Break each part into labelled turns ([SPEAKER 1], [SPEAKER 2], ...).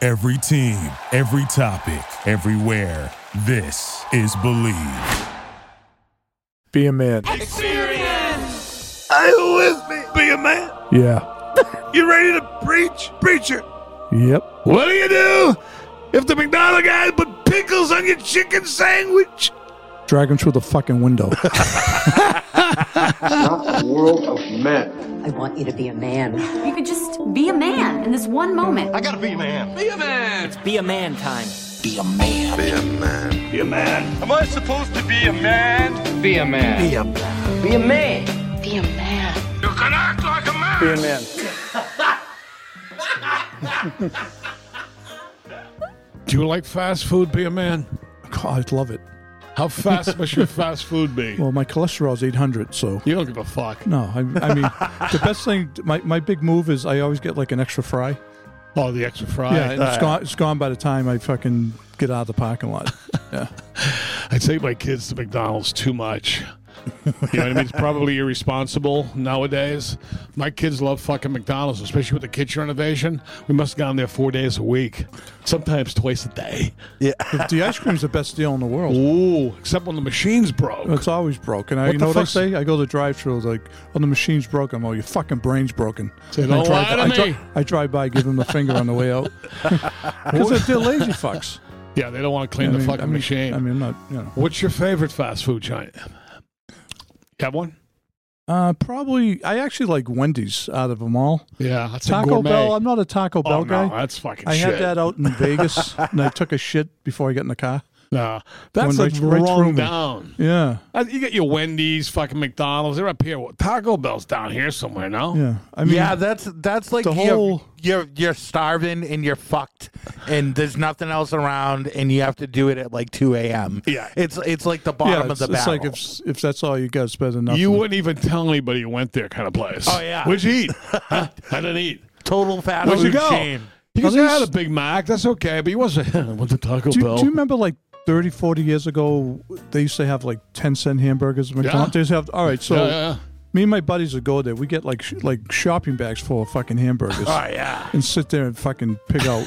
[SPEAKER 1] Every team, every topic, everywhere. This is Believe.
[SPEAKER 2] Be a man.
[SPEAKER 3] Hey, who is me? Be a man.
[SPEAKER 2] Yeah.
[SPEAKER 3] You ready to preach, preacher?
[SPEAKER 2] Yep.
[SPEAKER 3] What do you do if the McDonald guy put pickles on your chicken sandwich?
[SPEAKER 2] Drag him through the fucking window.
[SPEAKER 4] not the world of men.
[SPEAKER 5] I want you to be a man.
[SPEAKER 6] You could just be a man in this one moment.
[SPEAKER 4] I gotta be a man.
[SPEAKER 7] Be a man time.
[SPEAKER 8] Am I supposed to be a man?
[SPEAKER 6] Be a man.
[SPEAKER 8] You can act like a man.
[SPEAKER 9] Do you like fast food? Be a man.
[SPEAKER 2] God, I love it.
[SPEAKER 9] How fast must your fast food be?
[SPEAKER 2] Well, my cholesterol's 800, so.
[SPEAKER 9] You don't give a fuck.
[SPEAKER 2] No, I, I mean, the best thing, my, my big move is I always get like an extra fry.
[SPEAKER 9] Oh, the extra fry.
[SPEAKER 2] Yeah, and it's gone, it's gone by the time I fucking get out of the parking lot. Yeah.
[SPEAKER 9] I take my kids to McDonald's too much. You know what I mean? It's probably irresponsible nowadays. My kids love fucking McDonald's, especially with the kitchen renovation. We must have gone there four days a week, sometimes twice a day.
[SPEAKER 2] the, the ice cream's the best deal in the world.
[SPEAKER 9] Ooh, except when the machine's broke.
[SPEAKER 2] It's always broken. I,
[SPEAKER 9] What
[SPEAKER 2] you
[SPEAKER 9] the
[SPEAKER 2] know what I
[SPEAKER 9] fuck's-
[SPEAKER 2] say? I go to drive through like, oh, the machine's broken. Oh, your fucking brain's broken.
[SPEAKER 9] Say,
[SPEAKER 2] And I
[SPEAKER 9] "Don't
[SPEAKER 2] drive-
[SPEAKER 9] lie to
[SPEAKER 2] I dri-
[SPEAKER 9] me."
[SPEAKER 2] I drive by, give them the finger on the way out. Because they're, they're lazy fucks.
[SPEAKER 9] Yeah, they don't want to clean
[SPEAKER 2] I
[SPEAKER 9] the
[SPEAKER 2] mean-
[SPEAKER 9] fucking
[SPEAKER 2] I mean,
[SPEAKER 9] machine.
[SPEAKER 2] I mean, I'm not, you know.
[SPEAKER 9] What's your favorite fast food giant? You have one?
[SPEAKER 2] Uh, probably. I actually like Wendy's out of them all.
[SPEAKER 9] Yeah, that's a
[SPEAKER 2] Taco
[SPEAKER 9] gourmet.
[SPEAKER 2] Bell. I'm not a Taco Bell
[SPEAKER 9] oh,
[SPEAKER 2] guy.
[SPEAKER 9] no, that's fucking
[SPEAKER 2] I
[SPEAKER 9] shit.
[SPEAKER 2] had that uh, out in Vegas, and I took a shit before I got in the car.
[SPEAKER 9] No, that's
[SPEAKER 2] Going right-
[SPEAKER 9] a
[SPEAKER 2] right through
[SPEAKER 9] wrong
[SPEAKER 2] me.
[SPEAKER 9] down.
[SPEAKER 2] Yeah,
[SPEAKER 9] I- You get your Wendy's, fucking McDonald's. They're up here. Taco Bell's down here somewhere, no?
[SPEAKER 2] yeah. I mean,
[SPEAKER 3] yeah, that's that's like
[SPEAKER 2] the
[SPEAKER 3] you're-
[SPEAKER 2] whole-
[SPEAKER 3] you're, you're starving and you're fucked, and there's nothing else around, and you have to do it at like two a.m.
[SPEAKER 9] Yeah.
[SPEAKER 3] it's it's like the
[SPEAKER 2] yeah,
[SPEAKER 3] bottom
[SPEAKER 2] it's,
[SPEAKER 3] of the
[SPEAKER 2] it's
[SPEAKER 3] barrel.
[SPEAKER 2] like if if that's all you got, it's better than nothing.
[SPEAKER 9] You wouldn't even tell anybody you went there, kind of place.
[SPEAKER 3] Oh, yeah.
[SPEAKER 9] Where'd you eat? Huh? I didn't eat.
[SPEAKER 3] Total fast
[SPEAKER 9] Where'd you
[SPEAKER 3] food
[SPEAKER 9] go?
[SPEAKER 3] chain.
[SPEAKER 9] You can
[SPEAKER 2] At
[SPEAKER 9] say I
[SPEAKER 2] least-
[SPEAKER 9] had a Big Mac. That's okay, but you wasn't. I went to Taco
[SPEAKER 2] do,
[SPEAKER 9] Bell.
[SPEAKER 2] do you remember like 30, 40 years ago? They used to have like ten cent hamburgers. At McDonald's. They used to have. All right, so
[SPEAKER 9] Yeah, yeah,
[SPEAKER 2] me and my buddies would go there. We get like sh- like shopping bags full of fucking hamburgers.
[SPEAKER 3] Oh yeah,
[SPEAKER 2] and sit there and fucking pick out.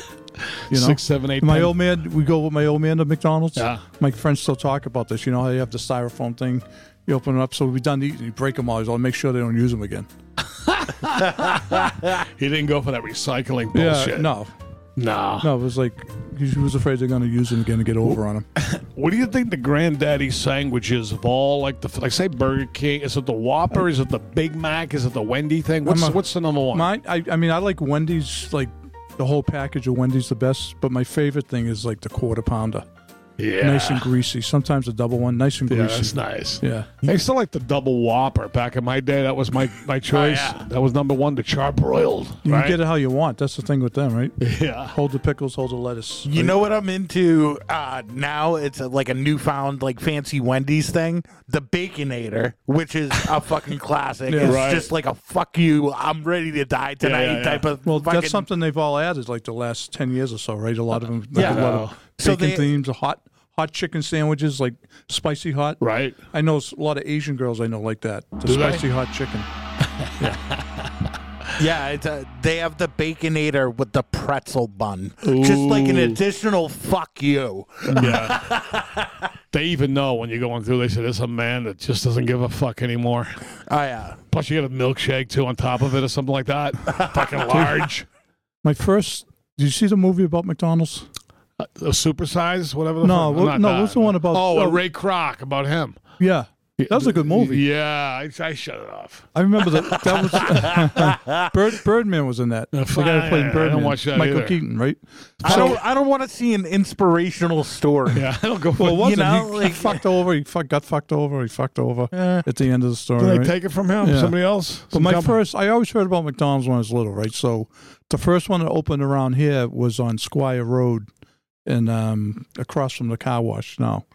[SPEAKER 2] You know,
[SPEAKER 9] Six, seven, eight,
[SPEAKER 2] My
[SPEAKER 9] ten.
[SPEAKER 2] old man, we go with my old man to McDonald's.
[SPEAKER 9] Yeah.
[SPEAKER 2] My friends still talk about this. You know how you have the styrofoam thing, you open it up. So we're done eating, you break them all. I'll make sure they don't use them again.
[SPEAKER 9] yeah. He didn't go for that recycling bullshit.
[SPEAKER 2] no,
[SPEAKER 9] no.
[SPEAKER 2] no. It was like he was afraid they're going to use them again and get over on them.
[SPEAKER 9] What do you think the granddaddy sandwich is of all? Like the like say Burger King. Is it the Whopper? Is it the Big Mac? Is it the Wendy thing? What's
[SPEAKER 2] a-
[SPEAKER 9] what's the number one?
[SPEAKER 2] Mine, I, I mean, I like Wendy's. Like the whole package of Wendy's the best. But my favorite thing is like the quarter pounder,
[SPEAKER 9] yeah.
[SPEAKER 2] nice and greasy. Sometimes a double one, nice and
[SPEAKER 9] Yeah,
[SPEAKER 2] greasy.
[SPEAKER 9] that's nice.
[SPEAKER 2] Yeah.
[SPEAKER 9] I still like the double Whopper. Back in my day, that was my, my choice. That was number one, the charbroiled.
[SPEAKER 2] You
[SPEAKER 9] right?
[SPEAKER 2] get it how you want. That's the thing with them, right?
[SPEAKER 9] Yeah.
[SPEAKER 2] Hold the pickles, hold the lettuce.
[SPEAKER 3] you know what I'm into uh, now? It's a, like a newfound like fancy Wendy's thing, the Baconator, which is a fucking classic.
[SPEAKER 2] Yeah.
[SPEAKER 3] It's
[SPEAKER 9] Right.
[SPEAKER 3] just like a fuck you, I'm ready to die tonight
[SPEAKER 9] yeah, yeah.
[SPEAKER 3] type of
[SPEAKER 2] Well,
[SPEAKER 3] fucking-
[SPEAKER 2] that's something they've all added like the last ten years or so, right? A lot of them, like
[SPEAKER 3] Yeah.
[SPEAKER 2] a lot of
[SPEAKER 3] So
[SPEAKER 2] bacon
[SPEAKER 3] they-
[SPEAKER 2] themes, hot hot chicken sandwiches, like spicy hot.
[SPEAKER 9] Right.
[SPEAKER 2] I know s- a lot of Asian girls I know like that. The
[SPEAKER 9] Do they?
[SPEAKER 2] spicy hot chicken.
[SPEAKER 3] Yeah, it's a, they have the baconator with the pretzel bun, just like an
[SPEAKER 9] Ooh.
[SPEAKER 3] additional fuck you.
[SPEAKER 9] Yeah. they even know when you're going through, they say, there's a man that just doesn't give a fuck anymore.
[SPEAKER 3] Oh yeah,
[SPEAKER 9] Plus, you get a milkshake, too, on top of it or something like that. Fucking large.
[SPEAKER 2] My first. Did you see the movie about McDonald's?
[SPEAKER 9] A supersize, whatever the
[SPEAKER 2] No,
[SPEAKER 9] fuck.
[SPEAKER 2] what-
[SPEAKER 9] not
[SPEAKER 2] no,
[SPEAKER 9] that.
[SPEAKER 2] what's the one about-
[SPEAKER 9] Oh,
[SPEAKER 2] oh.
[SPEAKER 9] a Ray Kroc, about him.
[SPEAKER 2] Yeah, that was a good movie.
[SPEAKER 9] Yeah, I, I shut it off.
[SPEAKER 2] I remember that. That was Bird, Birdman was in that. The guy
[SPEAKER 9] I-
[SPEAKER 2] who played
[SPEAKER 9] I don't
[SPEAKER 2] Birdman.
[SPEAKER 9] watch that
[SPEAKER 2] Michael
[SPEAKER 9] either.
[SPEAKER 2] Keaton, right?
[SPEAKER 3] I don't, I don't want to see an inspirational story.
[SPEAKER 9] Yeah, I don't go for
[SPEAKER 2] Well, it
[SPEAKER 9] it.
[SPEAKER 2] wasn't.
[SPEAKER 3] know,
[SPEAKER 2] he,
[SPEAKER 3] like-
[SPEAKER 2] he fucked over. He fuck, got fucked over. He fucked over at the end of the story.
[SPEAKER 9] Did
[SPEAKER 2] right?
[SPEAKER 9] they take it from him?
[SPEAKER 2] Yeah.
[SPEAKER 9] Somebody else?
[SPEAKER 2] But
[SPEAKER 9] Some
[SPEAKER 2] my
[SPEAKER 9] company?
[SPEAKER 2] first, I always heard about McDonald's when I was little, right? So the first one that opened around here was on Squire Road and um, across from the car wash now.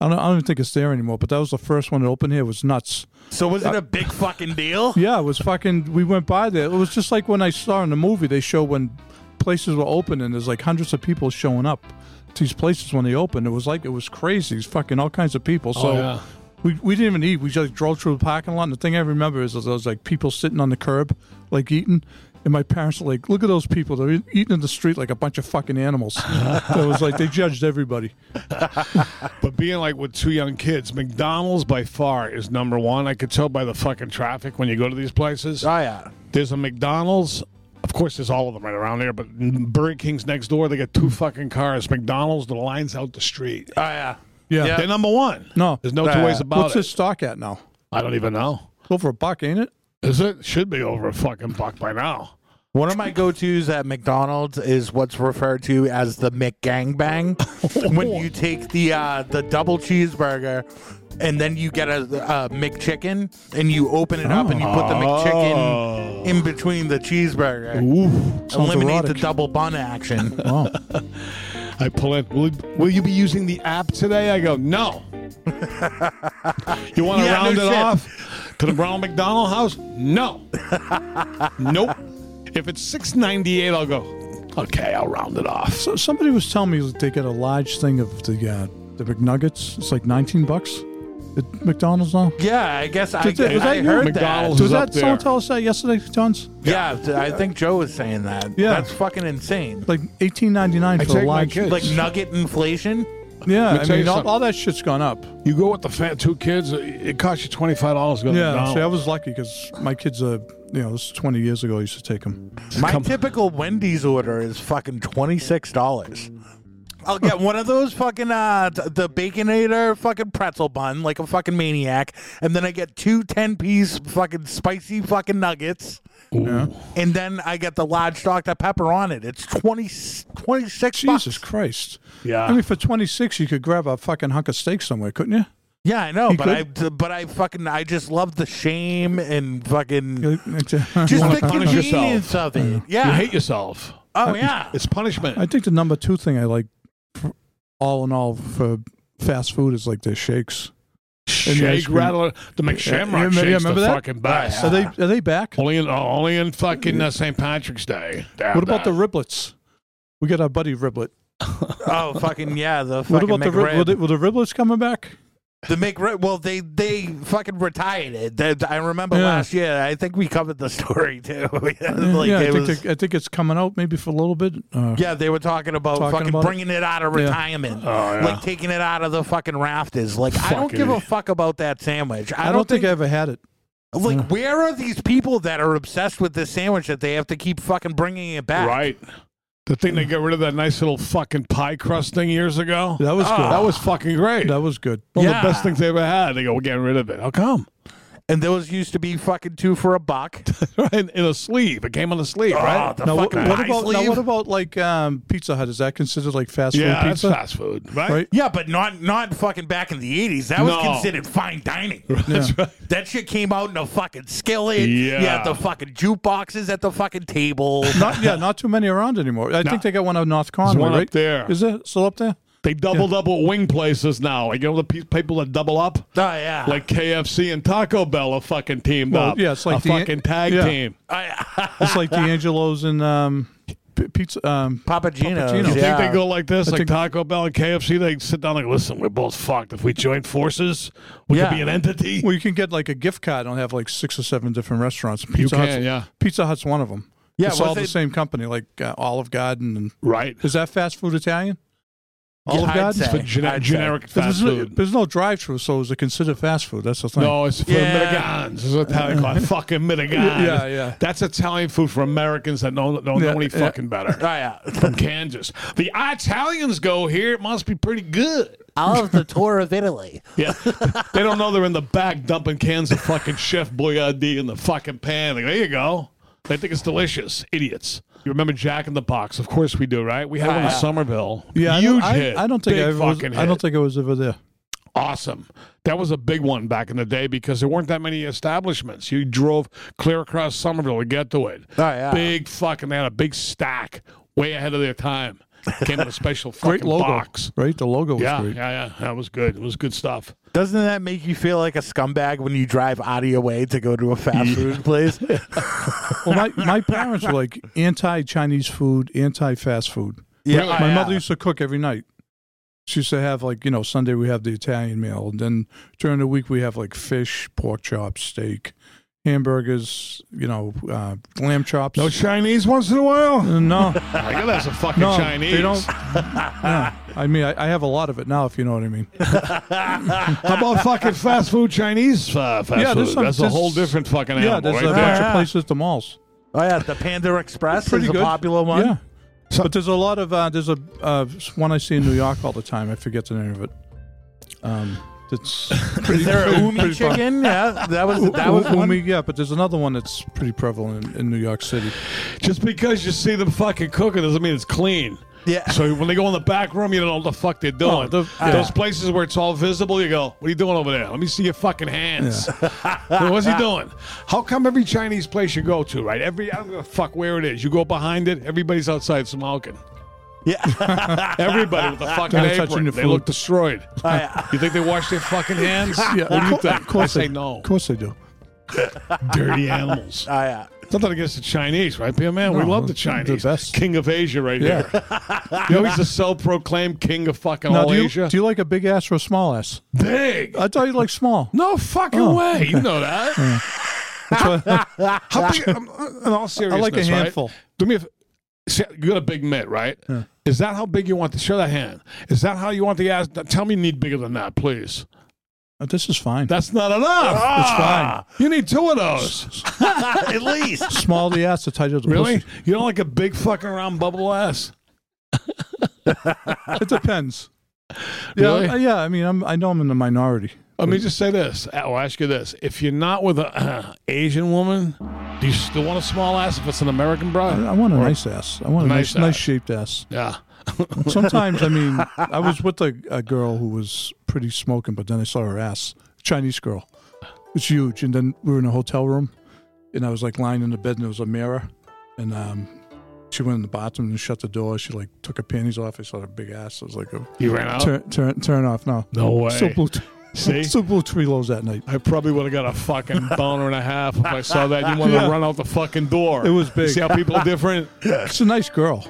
[SPEAKER 2] I don't, I don't even think it's there anymore, but that was the first one that opened here. It was nuts.
[SPEAKER 3] So was
[SPEAKER 9] Uh,
[SPEAKER 3] it a big fucking deal?
[SPEAKER 2] Yeah, it was fucking, we went by there. It was just like when I saw in the movie, they show when places were open and there's like hundreds of people showing up to these places when they opened. It was like, it was crazy. It's fucking all kinds of people. So
[SPEAKER 9] Oh, yeah.
[SPEAKER 2] we, we didn't even eat. We just drove through the parking lot. And the thing I remember is, is there was like people sitting on the curb, like eating. And my parents were like, look at those people. They're eating in the street like a bunch of fucking animals. it was like they judged everybody.
[SPEAKER 9] But being like with two young kids, McDonald's by far is number one. I could tell by the fucking traffic when you go to these places.
[SPEAKER 3] Oh yeah.
[SPEAKER 9] There's a McDonald's. Of course, there's all of them right around there, but Burger King's next door. They got two fucking cars. McDonald's, the line's out the street.
[SPEAKER 3] Oh yeah.
[SPEAKER 2] Yeah.
[SPEAKER 9] They're number one.
[SPEAKER 2] No.
[SPEAKER 9] There's no two ways about
[SPEAKER 2] What's
[SPEAKER 9] it.
[SPEAKER 2] this stock at now?
[SPEAKER 9] I don't even know.
[SPEAKER 2] Over a buck, ain't it?
[SPEAKER 9] Is it? Should be over a fucking buck by now.
[SPEAKER 3] One of my go-tos at McDonald's is what's referred to as the McGangbang, when you take the uh, the double cheeseburger, and then you get a, a McChicken, and you open it up and you put the
[SPEAKER 9] Oh.
[SPEAKER 3] McChicken in between the cheeseburger, eliminate
[SPEAKER 2] erotic.
[SPEAKER 3] the double bun action.
[SPEAKER 2] Oh.
[SPEAKER 9] I pull in. Will, will you be using the app today? I go, no. you want to
[SPEAKER 3] Yeah,
[SPEAKER 9] round
[SPEAKER 3] no
[SPEAKER 9] it
[SPEAKER 3] shit.
[SPEAKER 9] off to the Ronald McDonald House? No. nope. If it's six ninety eight, I'll go. Okay, I'll round it off.
[SPEAKER 2] So somebody was telling me that they get a large thing of the uh, the McNuggets. It's like 19 bucks at McDonald's now.
[SPEAKER 3] yeah, I guess I,
[SPEAKER 2] Did that- was
[SPEAKER 3] I
[SPEAKER 2] that you?
[SPEAKER 3] heard
[SPEAKER 9] McDonald's
[SPEAKER 3] that.
[SPEAKER 9] is
[SPEAKER 2] Was
[SPEAKER 9] up
[SPEAKER 2] that someone
[SPEAKER 9] there.
[SPEAKER 2] tell us that yesterday, Tons?
[SPEAKER 3] Yeah, th- I think Joe was saying that.
[SPEAKER 2] Yeah.
[SPEAKER 3] that's fucking insane.
[SPEAKER 2] Like 18.99
[SPEAKER 9] I
[SPEAKER 2] for a
[SPEAKER 9] take my
[SPEAKER 2] large.
[SPEAKER 9] kids.
[SPEAKER 3] Like nugget inflation.
[SPEAKER 2] Yeah,
[SPEAKER 9] me
[SPEAKER 2] I
[SPEAKER 9] tell you
[SPEAKER 2] mean, all,
[SPEAKER 9] something.
[SPEAKER 2] all that shit's gone up.
[SPEAKER 9] You go with the fat two kids. It costs you twenty five dollars to go to
[SPEAKER 2] Yeah, see, I
[SPEAKER 9] McDonald's.
[SPEAKER 2] was lucky because my kids are, you know, this is 20 years ago. I used to take them.
[SPEAKER 3] My typical Wendy's order is fucking twenty six dollars. I'll get one of those fucking uh t- the baconator fucking pretzel bun like a fucking maniac, and then I get two 10 piece fucking spicy fucking nuggets, and then I get the large Dr Pepper on it. It's 20, 26
[SPEAKER 2] Jesus
[SPEAKER 3] bucks.
[SPEAKER 2] Christ.
[SPEAKER 9] Yeah.
[SPEAKER 2] I mean, for 26, you could grab a fucking hunk of steak somewhere, couldn't you?
[SPEAKER 3] Yeah, I know,
[SPEAKER 2] You
[SPEAKER 3] but I t- but I fucking I just love the shame and fucking just
[SPEAKER 9] wanna
[SPEAKER 3] the
[SPEAKER 9] punish yourself.
[SPEAKER 3] convenience of it.
[SPEAKER 9] you
[SPEAKER 3] Yeah.
[SPEAKER 9] hate yourself.
[SPEAKER 3] Oh yeah.
[SPEAKER 9] It's punishment.
[SPEAKER 2] I think the number two thing I like, for, all in all, for fast food is like their shakes. and the ice
[SPEAKER 9] Shake
[SPEAKER 2] cream.
[SPEAKER 9] rattler. The
[SPEAKER 2] Yeah,
[SPEAKER 9] McShamrock
[SPEAKER 2] yeah,
[SPEAKER 9] shakes
[SPEAKER 2] remember
[SPEAKER 9] the
[SPEAKER 2] that?
[SPEAKER 9] fucking best.
[SPEAKER 2] Are they are they back?
[SPEAKER 9] Only in uh, only in fucking uh, St. Patrick's Day.
[SPEAKER 2] What about the riblets? We got our buddy Riblet.
[SPEAKER 3] Oh fucking yeah. The fucking
[SPEAKER 2] What about the rib-
[SPEAKER 3] McRib.
[SPEAKER 2] will, the will the riblets coming back?
[SPEAKER 3] The make well, they they fucking retired it. That- I remember
[SPEAKER 2] Yeah. Mm-hmm.
[SPEAKER 3] last year. I think we covered the story too. like
[SPEAKER 2] yeah, I
[SPEAKER 3] it
[SPEAKER 2] think,
[SPEAKER 3] was-
[SPEAKER 2] they- I think it's coming out maybe for a little bit. Uh,
[SPEAKER 3] yeah, they were talking about
[SPEAKER 2] Talking
[SPEAKER 3] fucking
[SPEAKER 2] about it.
[SPEAKER 3] bringing it. out of
[SPEAKER 2] Yeah.
[SPEAKER 3] retirement,
[SPEAKER 9] Oh, yeah.
[SPEAKER 3] like taking it out of the fucking rafters. Like I don't
[SPEAKER 9] Fucking-
[SPEAKER 3] give a fuck about that sandwich. I,
[SPEAKER 2] I don't think I ever had it.
[SPEAKER 3] like where are these people that are obsessed with this sandwich that they have to keep fucking bringing it back?
[SPEAKER 9] Right. The thing they got rid of that nice little fucking pie crust thing years ago.
[SPEAKER 2] That was good.
[SPEAKER 9] Ah, That was fucking great.
[SPEAKER 2] That was good.
[SPEAKER 9] One
[SPEAKER 3] Yeah.
[SPEAKER 9] of the best things they ever had. They go, we're getting rid of it. How come?
[SPEAKER 3] And those used to be fucking two for a buck.
[SPEAKER 9] in, in a sleeve. It came on a sleeve,
[SPEAKER 2] Ah,
[SPEAKER 3] Oh,
[SPEAKER 9] right?
[SPEAKER 3] the
[SPEAKER 2] Now, what,
[SPEAKER 3] fucking
[SPEAKER 2] what
[SPEAKER 3] pie
[SPEAKER 2] about now,
[SPEAKER 3] sleeve?
[SPEAKER 2] what about like um, Pizza Hut? Is that considered like fast
[SPEAKER 9] yeah,
[SPEAKER 2] food
[SPEAKER 9] that's
[SPEAKER 2] pizza?
[SPEAKER 9] fast food, right?
[SPEAKER 2] Right.
[SPEAKER 3] Yeah, but not not fucking back in the eighties. That was
[SPEAKER 9] No.
[SPEAKER 3] considered fine dining.
[SPEAKER 9] That's right.
[SPEAKER 3] That shit came out in a fucking skillet.
[SPEAKER 9] Yeah.
[SPEAKER 3] You had the fucking jukeboxes at the fucking table.
[SPEAKER 2] Not yeah, not too many around anymore. I think they got one out of North Conway.
[SPEAKER 9] one up
[SPEAKER 2] right?
[SPEAKER 9] there.
[SPEAKER 2] Is it still up there?
[SPEAKER 9] They doubled up with wing places now. Like, you know the pe- people that double up?
[SPEAKER 3] Oh, yeah.
[SPEAKER 9] Like KFC and Taco Bell are fucking teamed
[SPEAKER 2] Well,
[SPEAKER 9] up.
[SPEAKER 2] yeah, it's like
[SPEAKER 9] a
[SPEAKER 2] the-
[SPEAKER 9] fucking tag
[SPEAKER 2] yeah.
[SPEAKER 9] team.
[SPEAKER 3] I,
[SPEAKER 2] It's like D'Angelo's and um, p- pizza. Um,
[SPEAKER 3] Papa Gino's.
[SPEAKER 2] Gino's.
[SPEAKER 9] You
[SPEAKER 3] yeah.
[SPEAKER 9] think they go like this,
[SPEAKER 2] I
[SPEAKER 9] like
[SPEAKER 2] think-
[SPEAKER 9] Taco Bell and KFC? They sit down like, listen, we're both fucked. If we join forces, we
[SPEAKER 3] Yeah.
[SPEAKER 9] could be an entity.
[SPEAKER 2] Well, you can get like a gift card and have like six or seven different restaurants. Pizza
[SPEAKER 9] can,
[SPEAKER 2] Hut's,
[SPEAKER 9] yeah.
[SPEAKER 2] Pizza Hut's one of them.
[SPEAKER 3] Yeah,
[SPEAKER 2] it's
[SPEAKER 3] was
[SPEAKER 2] all the
[SPEAKER 3] it-
[SPEAKER 2] same company, like uh, Olive Garden. And,
[SPEAKER 9] right.
[SPEAKER 2] is that fast food Italian?
[SPEAKER 3] Yeah,
[SPEAKER 2] Olive
[SPEAKER 3] I'd
[SPEAKER 2] Garden.
[SPEAKER 3] say.
[SPEAKER 9] It's for gene-
[SPEAKER 3] I'd say.
[SPEAKER 9] generic
[SPEAKER 2] But there's,
[SPEAKER 9] fast
[SPEAKER 2] no,
[SPEAKER 9] food.
[SPEAKER 2] there's no drive-through, so is it considered fast food? That's the thing.
[SPEAKER 9] No, it's for
[SPEAKER 3] Yeah.
[SPEAKER 9] Americans. That's what they call it. Fucking Americans.
[SPEAKER 2] Yeah, yeah.
[SPEAKER 9] That's Italian food for Americans that know, don't
[SPEAKER 2] Yeah,
[SPEAKER 9] know any
[SPEAKER 2] yeah.
[SPEAKER 9] fucking
[SPEAKER 3] Oh,
[SPEAKER 9] better.
[SPEAKER 3] yeah.
[SPEAKER 9] From Kansas. The Italians go here. It must be pretty good.
[SPEAKER 3] I love the tour of Italy.
[SPEAKER 9] Yeah. they don't know they're in the back dumping cans of fucking Chef Boyardee in the fucking pan. They go, there you go. They think it's delicious. Idiots. You remember Jack in the Box? Of course we do, right? We had
[SPEAKER 2] Ah,
[SPEAKER 9] one in Somerville.
[SPEAKER 2] yeah, I don't-
[SPEAKER 9] huge
[SPEAKER 2] I,
[SPEAKER 9] hit.
[SPEAKER 2] I don't think
[SPEAKER 9] Big
[SPEAKER 2] I ever was,
[SPEAKER 9] fucking
[SPEAKER 2] I
[SPEAKER 9] hit.
[SPEAKER 2] don't think I was ever there.
[SPEAKER 9] awesome. That was a big one back in the day because there weren't that many establishments. You drove clear across Somerville to get to it.
[SPEAKER 2] Oh,
[SPEAKER 3] yeah.
[SPEAKER 9] Big fucking, they had a big stack way ahead of their time. Came in a special fucking
[SPEAKER 2] Great logo,
[SPEAKER 9] box.
[SPEAKER 2] right? The logo was
[SPEAKER 9] Yeah, yeah,
[SPEAKER 2] great.
[SPEAKER 9] yeah. That was good. It was good stuff.
[SPEAKER 3] Doesn't that make you feel like a scumbag when you drive out of your way to go to a fast food place?
[SPEAKER 2] Well, my, my parents were like anti-Chinese food, anti-fast food.
[SPEAKER 3] Yeah,
[SPEAKER 2] my
[SPEAKER 3] oh,
[SPEAKER 2] mother
[SPEAKER 3] yeah.
[SPEAKER 2] used to cook every night. She used to have like you know Sunday we have the Italian meal, and then during the week we have like fish, pork chops, steak, hamburgers, you know, uh, lamb chops.
[SPEAKER 9] No Chinese once in a while.
[SPEAKER 2] Uh, no,
[SPEAKER 9] I got that's a fucking
[SPEAKER 2] no,
[SPEAKER 9] Chinese.
[SPEAKER 2] they don't. No. I mean, I, I have a lot of it now, if you know what I mean.
[SPEAKER 9] How about fucking fast food Chinese uh, fast
[SPEAKER 2] Yeah,
[SPEAKER 9] food?
[SPEAKER 2] there's some-
[SPEAKER 9] that's a
[SPEAKER 2] there's-
[SPEAKER 9] whole different fucking
[SPEAKER 2] yeah,
[SPEAKER 9] animal.
[SPEAKER 2] there's
[SPEAKER 9] right
[SPEAKER 2] a
[SPEAKER 9] there.
[SPEAKER 2] bunch
[SPEAKER 3] Yeah.
[SPEAKER 2] of places at the malls.
[SPEAKER 3] Oh yeah, the Panda Express
[SPEAKER 2] Pretty
[SPEAKER 3] is
[SPEAKER 2] good.
[SPEAKER 3] a popular one.
[SPEAKER 2] Yeah.
[SPEAKER 9] So-
[SPEAKER 2] but there's a lot of uh, there's a uh, one I see in New York all the time. I forget the name of it. Um, it's pretty,
[SPEAKER 3] Is there a
[SPEAKER 2] pretty-
[SPEAKER 3] umi
[SPEAKER 2] pretty fun.
[SPEAKER 3] chicken? Yeah, that was that was
[SPEAKER 2] U-
[SPEAKER 3] one.
[SPEAKER 2] umi, yeah, but there's another one that's pretty prevalent in, in New York City.
[SPEAKER 9] Just because you see them fucking cooking doesn't mean it's clean.
[SPEAKER 3] Yeah.
[SPEAKER 9] So when they go in the back room, you don't know what the fuck they're doing.
[SPEAKER 2] Oh, the- yeah.
[SPEAKER 9] Those places where it's all visible, you go, "What are you doing over there? Let me see your fucking hands." What's he doing? How come every Chinese place you go to, right? Every I don't give a fuck where it is. You go behind it, everybody's outside smoking.
[SPEAKER 3] Yeah,
[SPEAKER 9] Everybody with the fucking
[SPEAKER 2] Kinda touching
[SPEAKER 9] apron.
[SPEAKER 2] the
[SPEAKER 9] They
[SPEAKER 2] food.
[SPEAKER 9] look destroyed.
[SPEAKER 3] Oh, yeah.
[SPEAKER 9] You think they wash their fucking hands?
[SPEAKER 2] Yeah,
[SPEAKER 9] What do you
[SPEAKER 2] of cour-
[SPEAKER 9] think?
[SPEAKER 2] Of course
[SPEAKER 9] I
[SPEAKER 2] they
[SPEAKER 9] say no.
[SPEAKER 2] Of course they do.
[SPEAKER 9] Dirty animals.
[SPEAKER 3] Oh, yeah.
[SPEAKER 9] Nothing against the Chinese, right, Pam? Man, we
[SPEAKER 2] No,
[SPEAKER 9] love the
[SPEAKER 2] they're the
[SPEAKER 9] Chinese.
[SPEAKER 2] best.
[SPEAKER 9] King of Asia, right
[SPEAKER 2] Yeah.
[SPEAKER 9] here. You know, he's the self-proclaimed king of fucking
[SPEAKER 2] Now,
[SPEAKER 9] all
[SPEAKER 2] do you,
[SPEAKER 9] Asia.
[SPEAKER 2] do you like a big ass or a small ass?
[SPEAKER 9] Big.
[SPEAKER 2] I thought you like small.
[SPEAKER 9] no fucking
[SPEAKER 2] Oh,
[SPEAKER 9] way. You know that. How big? I'm, in all seriousness,
[SPEAKER 2] like a
[SPEAKER 9] right?
[SPEAKER 2] handful.
[SPEAKER 9] Do me a. f- see, You got a big mitt, right? Is that how big you want the show that hand? Is that how you want the ass? Tell me, you need bigger than that, please.
[SPEAKER 2] Uh, This is fine.
[SPEAKER 9] That's not enough.
[SPEAKER 2] Ah.
[SPEAKER 9] It's fine. You need two of those.
[SPEAKER 3] At least
[SPEAKER 2] small the ass, the tighter the
[SPEAKER 9] Really?
[SPEAKER 2] pussy.
[SPEAKER 9] You don't like a big fucking round bubble ass?
[SPEAKER 2] It depends.
[SPEAKER 9] Really?
[SPEAKER 2] Yeah, uh, yeah. I mean, I'm, I know I'm in the minority.
[SPEAKER 9] Let me just say this. I'll ask you this: If you're not with an Asian woman, do you still want a small ass? If it's an American
[SPEAKER 2] I,
[SPEAKER 9] bride,
[SPEAKER 2] I want a nice ass. I want a nice,
[SPEAKER 9] Nice ass.
[SPEAKER 2] nice shaped ass.
[SPEAKER 9] yeah.
[SPEAKER 2] Sometimes, I mean, I was with a, a girl who was pretty smoking, but then I saw her ass. Chinese girl. It's huge. And then we were in a hotel room, and I was like lying in the bed, and there was a mirror. And um, she went in the bathroom and shut the door. She like took her panties off. I saw her big ass. I was like, oh,
[SPEAKER 9] You ran out.
[SPEAKER 2] turn, turn, turn off now.
[SPEAKER 9] No way.
[SPEAKER 2] Still blew, t-
[SPEAKER 9] See?
[SPEAKER 2] still blew three lows that night.
[SPEAKER 9] I probably would have got a fucking boner and a half if I saw that. You want to
[SPEAKER 2] Yeah.
[SPEAKER 9] run out the fucking door.
[SPEAKER 2] It was big.
[SPEAKER 9] See how people are different.
[SPEAKER 2] It's a nice girl.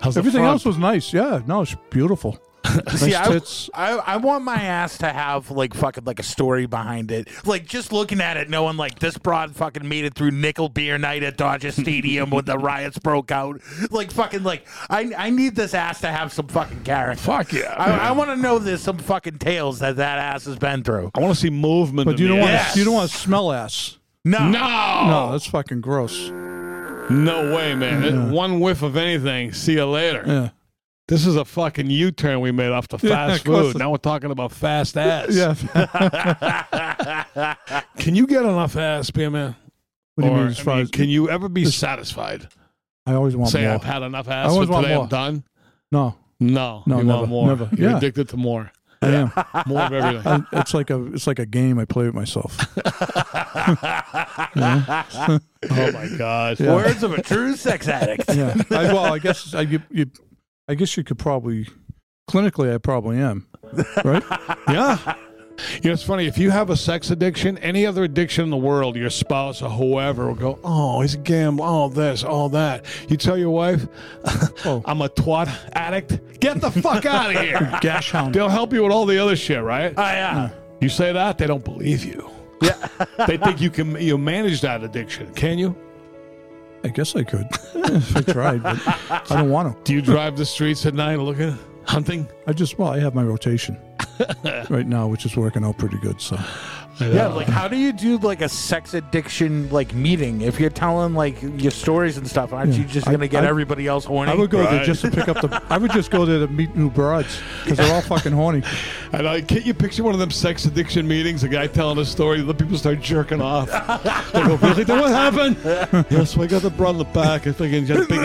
[SPEAKER 9] How's the
[SPEAKER 2] Everything
[SPEAKER 9] front?
[SPEAKER 2] else was nice. Yeah, no, it's beautiful. nice
[SPEAKER 3] See, I,
[SPEAKER 2] tits.
[SPEAKER 3] I I want my ass to have like fucking like a story behind it. Like just looking at it, knowing like this broad fucking made it through nickel beer night at Dodger Stadium when the riots broke out. Like fucking like I I need this ass to have some fucking character.
[SPEAKER 9] Fuck yeah.
[SPEAKER 3] I, I want to know there's some fucking tales that that ass has been through.
[SPEAKER 9] I want to see movement.
[SPEAKER 2] But
[SPEAKER 9] in
[SPEAKER 2] you
[SPEAKER 9] the
[SPEAKER 2] don't want
[SPEAKER 9] ass.
[SPEAKER 2] to. You don't want to smell ass.
[SPEAKER 3] No,
[SPEAKER 2] No,
[SPEAKER 9] No.
[SPEAKER 2] that's fucking gross.
[SPEAKER 9] No way, man. One whiff of anything. See you later.
[SPEAKER 2] Yeah.
[SPEAKER 9] This is a fucking U-turn we made off the
[SPEAKER 2] Yeah,
[SPEAKER 9] fast
[SPEAKER 2] of course.
[SPEAKER 9] food. Now we're talking about fast ass.
[SPEAKER 2] Yeah.
[SPEAKER 9] Can you get enough ass, beer man?
[SPEAKER 2] What do you
[SPEAKER 9] Or,
[SPEAKER 2] mean as
[SPEAKER 9] I
[SPEAKER 2] far
[SPEAKER 9] mean,
[SPEAKER 2] as
[SPEAKER 9] can you ever be
[SPEAKER 2] This-
[SPEAKER 9] satisfied?
[SPEAKER 2] I always want
[SPEAKER 9] Say
[SPEAKER 2] more.
[SPEAKER 9] I've had enough ass.
[SPEAKER 2] always
[SPEAKER 9] but
[SPEAKER 2] want
[SPEAKER 9] today
[SPEAKER 2] more.
[SPEAKER 9] I'm done.
[SPEAKER 2] no,
[SPEAKER 9] No,
[SPEAKER 2] No,
[SPEAKER 9] you
[SPEAKER 2] never,
[SPEAKER 9] want more.
[SPEAKER 2] never.
[SPEAKER 9] You're
[SPEAKER 2] Yeah.
[SPEAKER 9] addicted to more,
[SPEAKER 2] I am.
[SPEAKER 9] more of everything.
[SPEAKER 2] I, it's like a it's like a game I play with myself.
[SPEAKER 9] oh my god.
[SPEAKER 2] Yeah.
[SPEAKER 3] words of a true sex addict. Oh,
[SPEAKER 2] Yeah. I, well, I guess I you, you, I guess you could probably clinically I probably am, right?
[SPEAKER 9] Yeah. You know, it's funny. If you have a sex addiction, any other addiction in the world, your spouse or whoever will go, Oh, he's a gambler. Oh, this, all that. You tell your wife,
[SPEAKER 2] Oh.
[SPEAKER 9] I'm a twat addict. Get the fuck out of here.
[SPEAKER 2] Gash hound. Uh.
[SPEAKER 9] They'll help you with all the other shit, right?
[SPEAKER 3] Oh, yeah.
[SPEAKER 9] You say that, they don't believe you. Yeah. they think you can you manage that addiction. Can you?
[SPEAKER 2] I guess I could if I tried, but I don't want to.
[SPEAKER 9] Do you drive the streets at night looking, hunting?
[SPEAKER 2] I just well I have my rotation right now, which is working out pretty good. So
[SPEAKER 3] Yeah, like how do you do like a sex addiction like meeting if you're telling like your stories and stuff? Aren't
[SPEAKER 2] Yeah.
[SPEAKER 3] you just
[SPEAKER 2] I-
[SPEAKER 3] gonna get
[SPEAKER 2] I-
[SPEAKER 3] everybody else horny?
[SPEAKER 2] I would go there
[SPEAKER 9] Right.
[SPEAKER 2] just to pick up the. I would just go there to meet new broads because they're all fucking horny.
[SPEAKER 9] And I can't you picture one of them sex addiction meetings, a guy telling a story, the people start jerking off. they go, really? Then what happened? yeah, so I got the broad in the back. I think I got a big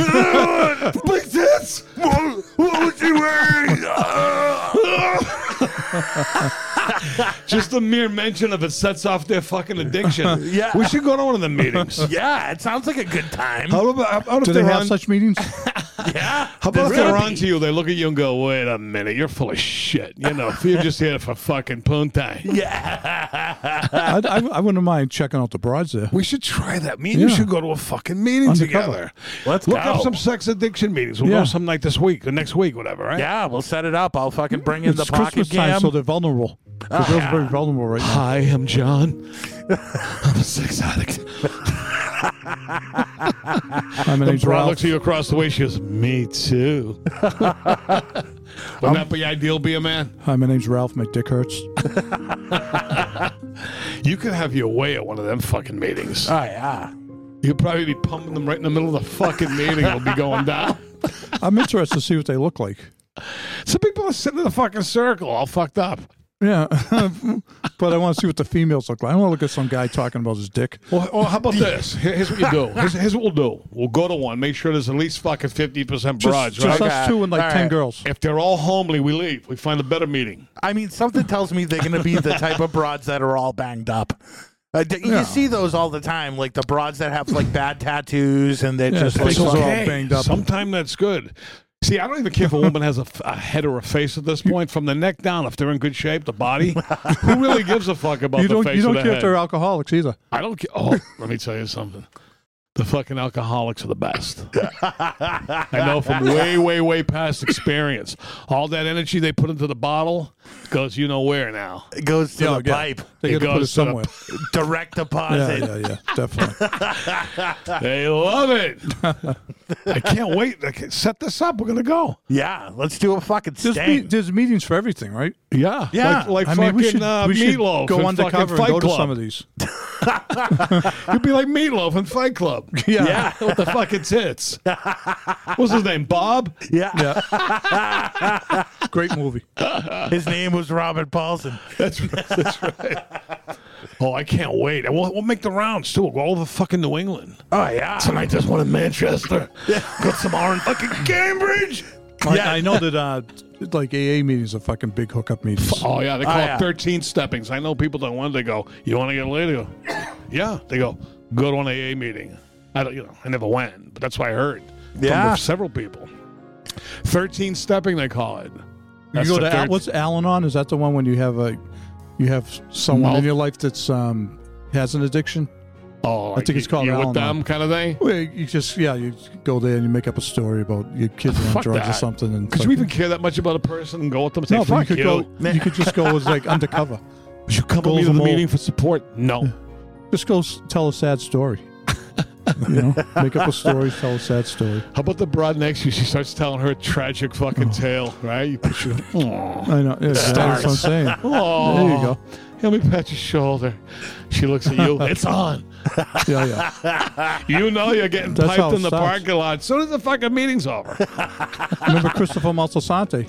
[SPEAKER 9] ass. big tits. What, was you wearing? Just the mere mention of it sets off their fucking addiction.
[SPEAKER 3] Yeah.
[SPEAKER 9] We should go to one of the meetings.
[SPEAKER 3] yeah, it sounds like a good time.
[SPEAKER 9] How about, how about
[SPEAKER 2] Do
[SPEAKER 9] if
[SPEAKER 2] they
[SPEAKER 9] they're
[SPEAKER 2] have
[SPEAKER 9] on-
[SPEAKER 2] such meetings?
[SPEAKER 3] Yeah.
[SPEAKER 9] How about if
[SPEAKER 3] There's
[SPEAKER 9] they're
[SPEAKER 3] gotta
[SPEAKER 9] on
[SPEAKER 3] be-
[SPEAKER 9] to you, they look at you and go, "Wait a minute, you're full of shit." You know, you're just here for fucking punta.
[SPEAKER 3] Yeah.
[SPEAKER 2] I, I, I wouldn't mind checking out the broads there.
[SPEAKER 9] We should try that. Me and you
[SPEAKER 2] Yeah.
[SPEAKER 9] should go to a fucking meeting
[SPEAKER 2] Undercover.
[SPEAKER 9] together.
[SPEAKER 3] Let's
[SPEAKER 9] look
[SPEAKER 3] go.
[SPEAKER 9] up some sex addiction meetings. We'll
[SPEAKER 2] Yeah.
[SPEAKER 9] go some night this week or next week, whatever. Right?
[SPEAKER 3] yeah, we'll set it up. I'll fucking bring in
[SPEAKER 2] It's
[SPEAKER 3] the pocket
[SPEAKER 2] Christmas
[SPEAKER 3] cam.
[SPEAKER 2] time, so they're vulnerable. The girls are
[SPEAKER 9] Ah.
[SPEAKER 2] very vulnerable right now.
[SPEAKER 9] Hi, I'm John. I'm a sex addict.
[SPEAKER 2] I mean, name's
[SPEAKER 9] Broad
[SPEAKER 2] Ralph.
[SPEAKER 9] looks at you across the way. She goes, "Me too." Wouldn't that be ideal? Be a man.
[SPEAKER 2] Hi, my name's Ralph. My dick hurts.
[SPEAKER 9] You could have your way at one of them fucking meetings.
[SPEAKER 3] oh, yeah.
[SPEAKER 9] You'll probably be pumping them right in the middle of the fucking meeting. It'll be going down.
[SPEAKER 2] I'm interested to see what they look like.
[SPEAKER 9] Some people are sitting in the fucking circle, all fucked up.
[SPEAKER 2] Yeah, but I want to see what the females look like. I want to look at some guy talking about his dick.
[SPEAKER 9] Well, oh, how about this? Here- Here's what you do. Here's, here's what we'll do. We'll go to one. Make sure there's at least fucking fifty percent
[SPEAKER 2] Just,
[SPEAKER 9] broads,
[SPEAKER 2] just
[SPEAKER 9] right?
[SPEAKER 2] us two and like
[SPEAKER 3] All
[SPEAKER 2] ten
[SPEAKER 3] right.
[SPEAKER 2] girls.
[SPEAKER 9] If they're all homely, we leave. We find a better meeting.
[SPEAKER 3] I mean, something tells me they're going to be the type of broads that are all banged up. Uh, d-
[SPEAKER 2] Yeah.
[SPEAKER 3] You see those all the time, like the broads that have like bad tattoos and they're
[SPEAKER 2] Yeah,
[SPEAKER 3] just like.
[SPEAKER 2] faces are all
[SPEAKER 3] fucking-
[SPEAKER 2] banged up.
[SPEAKER 9] Sometime that's good. See, I don't even care if a woman has a, f- a head or a face at this point. From the neck down, if they're in good shape, the body, who really gives a fuck about
[SPEAKER 2] You
[SPEAKER 9] the
[SPEAKER 2] don't.
[SPEAKER 9] face
[SPEAKER 2] You don't
[SPEAKER 9] or the
[SPEAKER 2] care if
[SPEAKER 9] head?
[SPEAKER 2] they're alcoholics either.
[SPEAKER 9] I don't care. Oh, let me tell you something. The fucking alcoholics are the best. I know from way, way, way past experience. All that energy they put into the bottle goes you know where now.
[SPEAKER 3] It goes to
[SPEAKER 2] Yeah,
[SPEAKER 3] the
[SPEAKER 2] yeah.
[SPEAKER 3] pipe,
[SPEAKER 2] They got to put
[SPEAKER 9] It
[SPEAKER 2] it
[SPEAKER 9] goes to the
[SPEAKER 2] somewhere.
[SPEAKER 3] direct
[SPEAKER 2] Yeah,
[SPEAKER 3] deposit.
[SPEAKER 2] yeah, yeah, definitely.
[SPEAKER 9] They love it. I can't wait. I can set this up. We're gonna go.
[SPEAKER 3] Yeah, let's do a fucking
[SPEAKER 2] There's, me-
[SPEAKER 3] sting.
[SPEAKER 2] there's meetings for everything, right?
[SPEAKER 9] Yeah,
[SPEAKER 3] Yeah.
[SPEAKER 9] Like, like
[SPEAKER 2] I
[SPEAKER 9] fucking
[SPEAKER 2] mean, we should,
[SPEAKER 9] uh,
[SPEAKER 2] we should
[SPEAKER 9] meatloaf.
[SPEAKER 2] go
[SPEAKER 9] and
[SPEAKER 2] undercover and
[SPEAKER 9] fucking
[SPEAKER 2] go
[SPEAKER 9] Fight
[SPEAKER 2] to some
[SPEAKER 9] Club.
[SPEAKER 2] of these.
[SPEAKER 9] You'd be like meatloaf and Fight Club.
[SPEAKER 2] Yeah.
[SPEAKER 9] with the fucking tits. What's his name? Bob.
[SPEAKER 3] Yeah.
[SPEAKER 2] Great movie.
[SPEAKER 3] his name was Robert Paulson.
[SPEAKER 9] That's right. That's right. Oh, I can't wait. And we'll, we'll make the rounds too. We'll go all over fucking New England.
[SPEAKER 3] Oh yeah,
[SPEAKER 9] Tonight there's one in Manchester. Got some orange fucking Cambridge.
[SPEAKER 2] I,
[SPEAKER 3] Yeah.
[SPEAKER 2] I know that uh, like AA meetings are fucking big hookup meetings.
[SPEAKER 9] Oh yeah, they call
[SPEAKER 3] Oh,
[SPEAKER 9] it
[SPEAKER 3] yeah.
[SPEAKER 9] 13 steppings. I know people don't want to go, you want to get laid? They go, yeah. They go, go to an AA meeting. I don't, you know, I never went, but that's what I heard
[SPEAKER 3] Yeah.
[SPEAKER 9] from several people. 13 stepping, they call it.
[SPEAKER 2] you
[SPEAKER 9] That's
[SPEAKER 2] go
[SPEAKER 9] the
[SPEAKER 2] to Al-
[SPEAKER 9] third-
[SPEAKER 2] what's Al-Anon? Is that the one when you have a you have someone
[SPEAKER 9] Well-
[SPEAKER 2] in your life that's um has an addiction?
[SPEAKER 9] oh,
[SPEAKER 2] I think
[SPEAKER 9] you-
[SPEAKER 2] it's called
[SPEAKER 9] you with
[SPEAKER 2] Al-Anon.
[SPEAKER 9] them kind of thing.
[SPEAKER 2] Well, you just yeah, you go there and you make up a story about your kids are on
[SPEAKER 9] Fuck
[SPEAKER 2] drugs or
[SPEAKER 9] that.
[SPEAKER 2] something. And
[SPEAKER 9] Could you even care that much about a person and go with them and say,
[SPEAKER 2] no, but you
[SPEAKER 9] fuck
[SPEAKER 2] could
[SPEAKER 9] you?
[SPEAKER 2] go. You could just go as like undercover.
[SPEAKER 9] Would you come with
[SPEAKER 2] go
[SPEAKER 9] me
[SPEAKER 2] to
[SPEAKER 9] to the
[SPEAKER 2] the mall.
[SPEAKER 9] meeting for support? No.
[SPEAKER 2] Just go s- tell a sad story. you know, make up a story, tell a sad story.
[SPEAKER 9] How about the broad next to you? She starts telling her tragic fucking tale, right? You put your, oh,
[SPEAKER 2] I know. Yeah, that's what I'm saying. There you go.
[SPEAKER 9] Let me pat your shoulder. She looks at you. it's on.
[SPEAKER 2] Yeah, yeah.
[SPEAKER 9] You know you're getting
[SPEAKER 2] That's how
[SPEAKER 9] piped
[SPEAKER 2] it
[SPEAKER 9] in the
[SPEAKER 2] starts.
[SPEAKER 9] parking lot. Soon as the fucking meeting's over.
[SPEAKER 2] Remember Christopher Maltasante?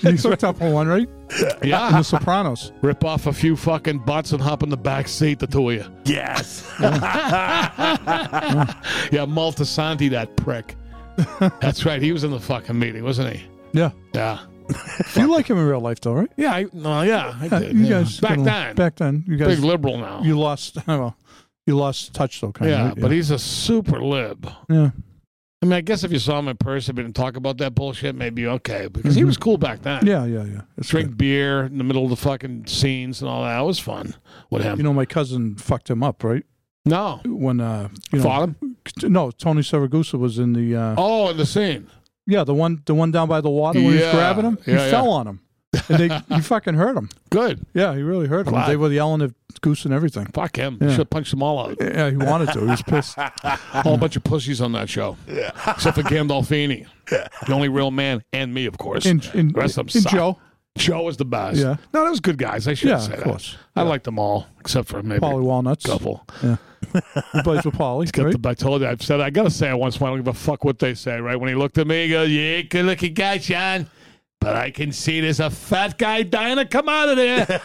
[SPEAKER 2] He hooked up on one, right? In
[SPEAKER 9] yeah.
[SPEAKER 2] The Sopranos.
[SPEAKER 9] Rip off a few fucking butts and hop in the back seat, the two of you.
[SPEAKER 3] yes.
[SPEAKER 9] Yeah, Maltasanti, that prick. That's right. He was in the fucking meeting, wasn't he?
[SPEAKER 2] Yeah.
[SPEAKER 9] Yeah.
[SPEAKER 2] You like him in real life, though, right?
[SPEAKER 9] Yeah. I, no. Yeah. I did.
[SPEAKER 2] You
[SPEAKER 9] yeah.
[SPEAKER 2] guys
[SPEAKER 9] back
[SPEAKER 2] kinda-
[SPEAKER 9] then.
[SPEAKER 2] Back then, you
[SPEAKER 9] big
[SPEAKER 2] guys,
[SPEAKER 9] liberal now.
[SPEAKER 2] you lost. Well, you lost touch though, kind
[SPEAKER 9] yeah,
[SPEAKER 2] of.
[SPEAKER 9] but he's a super lib.
[SPEAKER 2] yeah,
[SPEAKER 9] I mean, I guess if you saw him in person, we didn't talk about that bullshit, maybe okay, because he was cool back then.
[SPEAKER 2] Mm-hmm. yeah, yeah, yeah. It's
[SPEAKER 9] Drink
[SPEAKER 2] good.
[SPEAKER 9] beer in the middle of the fucking scenes and all that. It was fun with him.
[SPEAKER 2] You know, my cousin fucked him up, right?
[SPEAKER 9] no.
[SPEAKER 2] When uh, you know,
[SPEAKER 9] Fought him?
[SPEAKER 2] no, Tony Saragusa was in the uh,
[SPEAKER 9] Oh, in the scene.
[SPEAKER 2] yeah, the one, the one down by the water when he was
[SPEAKER 9] Yeah,
[SPEAKER 2] grabbing him. he
[SPEAKER 9] yeah, yeah.
[SPEAKER 2] fell on him, and they, he fucking hurt him.
[SPEAKER 9] Good.
[SPEAKER 2] Yeah, he really hurt him.
[SPEAKER 9] Wow.
[SPEAKER 2] They were yelling at Goose and everything.
[SPEAKER 9] Fuck him.
[SPEAKER 2] Yeah.
[SPEAKER 9] Should have punched them all out.
[SPEAKER 2] Yeah, he wanted to. He was pissed.
[SPEAKER 9] A whole bunch of pussies on that show. Yeah. Except for Gandolfini. The only real man and me, of course.
[SPEAKER 2] And, and,
[SPEAKER 9] the rest of them
[SPEAKER 2] and
[SPEAKER 9] suck.
[SPEAKER 2] Joe,
[SPEAKER 9] Joe was the best.
[SPEAKER 2] Yeah.
[SPEAKER 9] No, those good guys. I should
[SPEAKER 2] Yeah,
[SPEAKER 9] say
[SPEAKER 2] of
[SPEAKER 9] that.
[SPEAKER 2] course.
[SPEAKER 9] I liked them all, except for maybe
[SPEAKER 2] Polly Walnuts,
[SPEAKER 9] a couple.
[SPEAKER 2] he plays with Polly,
[SPEAKER 9] Got
[SPEAKER 2] right?
[SPEAKER 9] the- I told you, I've said, I got to say it once, in a while, I don't give a fuck what they say, right? When he looked at me, he goes, Yeah, good looking guy, John, but I can see there's a fat guy dying to come out of there.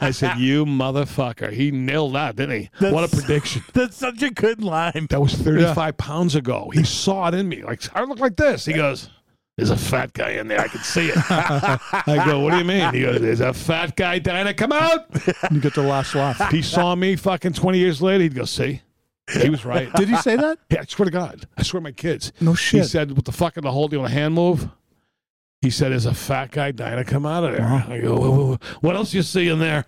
[SPEAKER 9] I said, You motherfucker. He nailed that, didn't he? what a
[SPEAKER 3] That's-
[SPEAKER 9] prediction.
[SPEAKER 3] That's such a good line.
[SPEAKER 9] That was 35 pounds ago. He saw it in me. Like, I look like this. He goes, There's a fat guy in there. I can see it. I go, What do you mean? He goes, There's a fat guy dying to come out.
[SPEAKER 2] You get the last laugh.
[SPEAKER 9] If he saw me fucking 20 years later, he'd go, See? He was right.
[SPEAKER 2] Did he say that?
[SPEAKER 9] Yeah, I swear to God. I swear to my kids.
[SPEAKER 2] No shit.
[SPEAKER 9] He said, with the fuck in the hole, do you want a hand move? He said, there's a fat guy dying to come out of there. I go, "Wha- wha- wha- what else you see in there?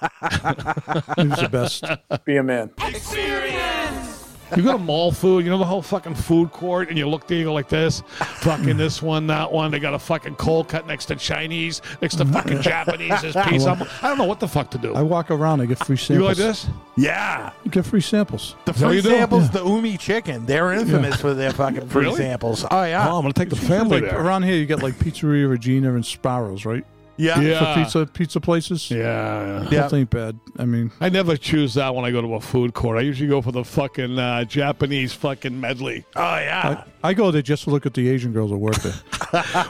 [SPEAKER 2] He was the best.
[SPEAKER 5] Be a man.
[SPEAKER 9] You go to mall food, you know the whole fucking food court, and you look there, you go like this, fucking this one, that one. They got a fucking cold cut next to Chinese, next to fucking Japanese. There's pizza. I'm- I don't know what the fuck to do.
[SPEAKER 2] I walk around, I get free samples.
[SPEAKER 9] you go like this?
[SPEAKER 3] Yeah.
[SPEAKER 2] Get free samples.
[SPEAKER 3] The
[SPEAKER 9] that what
[SPEAKER 3] free
[SPEAKER 9] you do?
[SPEAKER 3] samples, the Umi chicken, they're infamous for their fucking free
[SPEAKER 9] Really?
[SPEAKER 3] samples. Oh yeah,
[SPEAKER 9] Oh, I'm gonna take the family
[SPEAKER 2] Like,
[SPEAKER 9] there.
[SPEAKER 2] around here, you get like Pizzeria Regina and Sparrows, right?
[SPEAKER 3] yeah,
[SPEAKER 9] Yeah.
[SPEAKER 2] For pizza pizza places.
[SPEAKER 9] Yeah.
[SPEAKER 3] Ah. Yeah.
[SPEAKER 2] That ain't bad. I mean,
[SPEAKER 9] I never choose that when I go to a food court. I usually go for the fucking uh, Japanese fucking medley.
[SPEAKER 3] Oh yeah,
[SPEAKER 2] I, I go there just to look at the Asian girls that work there.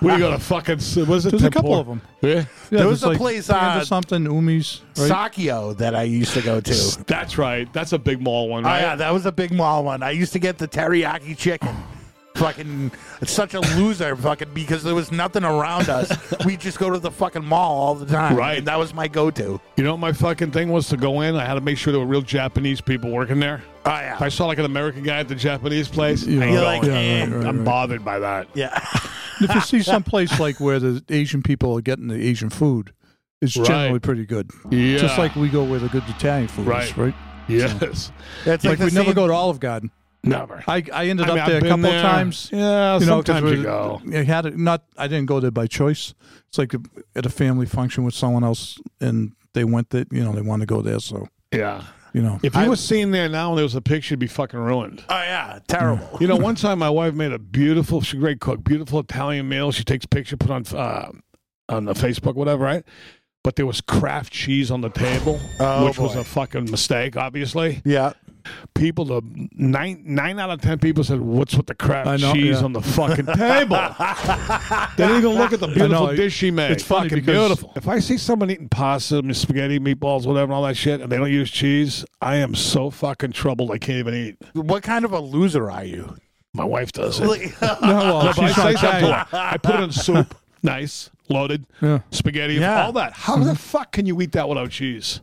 [SPEAKER 9] We got a fucking. What is it?
[SPEAKER 2] There's a couple
[SPEAKER 9] tempura?
[SPEAKER 2] of them.
[SPEAKER 9] Yeah.
[SPEAKER 2] Yeah,
[SPEAKER 3] There
[SPEAKER 2] there's
[SPEAKER 3] was a place,
[SPEAKER 2] Panda
[SPEAKER 3] uh,
[SPEAKER 2] something Umi's. Right?
[SPEAKER 3] Sakio that I used to go to.
[SPEAKER 9] That's right. That's a big mall one,
[SPEAKER 3] Oh
[SPEAKER 9] right?
[SPEAKER 3] yeah, that was a big mall one. I used to get the teriyaki chicken. fucking such a loser, fucking because there was nothing around us. we just go to the fucking mall all the time.
[SPEAKER 9] Right.
[SPEAKER 3] And that was my go to. Oh
[SPEAKER 9] You know what my fucking thing was to go in? I had to make sure there were real Japanese people working there.
[SPEAKER 3] yeah.
[SPEAKER 9] If I saw like an American guy at the Japanese place, I ain't
[SPEAKER 3] You're like,
[SPEAKER 9] going.
[SPEAKER 3] eh,
[SPEAKER 2] right, right,
[SPEAKER 9] I'm
[SPEAKER 2] right.
[SPEAKER 9] bothered by that.
[SPEAKER 3] yeah.
[SPEAKER 2] And if you see some place like where the Asian people are getting the Asian food, it's
[SPEAKER 9] Right.
[SPEAKER 2] generally pretty good.
[SPEAKER 9] Yeah.
[SPEAKER 2] Just like we go where the good Italian food is,
[SPEAKER 9] Right.
[SPEAKER 2] right?
[SPEAKER 9] Yes.
[SPEAKER 3] That's
[SPEAKER 2] Like,
[SPEAKER 3] the
[SPEAKER 2] we never
[SPEAKER 3] same-
[SPEAKER 2] go to Olive Garden.
[SPEAKER 9] Never.
[SPEAKER 2] I, I ended
[SPEAKER 9] I mean,
[SPEAKER 2] up
[SPEAKER 9] I've
[SPEAKER 2] there a
[SPEAKER 9] been
[SPEAKER 2] couple
[SPEAKER 9] there.
[SPEAKER 2] of times.
[SPEAKER 9] Yeah,
[SPEAKER 2] You know, 'cause
[SPEAKER 9] sometimes
[SPEAKER 2] we-
[SPEAKER 9] you go.
[SPEAKER 2] I had it not. I didn't go there by choice. It's like at a family function with someone else, and they went that you know they want to go there. So
[SPEAKER 9] Yeah.
[SPEAKER 2] you know,
[SPEAKER 9] If you were seen there now and there was a picture, it'd be fucking ruined.
[SPEAKER 3] Oh yeah,
[SPEAKER 2] Mm.
[SPEAKER 3] terrible.
[SPEAKER 9] You know, one time my wife made a beautiful, she's a great cook, beautiful Italian meal. She takes picture, put on uh, on the Facebook, whatever, right? But there was Kraft cheese on the table,
[SPEAKER 3] Oh,
[SPEAKER 9] which was
[SPEAKER 3] boy.
[SPEAKER 9] a fucking mistake, obviously.
[SPEAKER 3] Yeah.
[SPEAKER 9] People, the nine nine out of ten people said, "What's with the
[SPEAKER 2] I
[SPEAKER 9] Kraft
[SPEAKER 2] know,
[SPEAKER 9] cheese
[SPEAKER 2] yeah.
[SPEAKER 9] on the fucking table?" they didn't even look at the beautiful
[SPEAKER 2] it-
[SPEAKER 9] dish she made.
[SPEAKER 2] it's funny
[SPEAKER 9] fucking
[SPEAKER 2] because-
[SPEAKER 9] beautiful. If I see someone eating pasta, spaghetti, meatballs, whatever, and all that shit, and they don't use cheese, I am so fucking troubled. I can't even eat.
[SPEAKER 3] What kind of a loser are you?
[SPEAKER 9] My wife does it.
[SPEAKER 3] Like,
[SPEAKER 2] no, well,
[SPEAKER 9] But Oh, I
[SPEAKER 2] she's
[SPEAKER 9] say
[SPEAKER 2] not
[SPEAKER 9] something
[SPEAKER 2] Italian.
[SPEAKER 9] like, I put it in soup. Nice, loaded,
[SPEAKER 2] Yeah. Mm-hmm.
[SPEAKER 9] spaghetti,
[SPEAKER 3] Yeah.
[SPEAKER 9] all that. How the fuck can you eat that without cheese?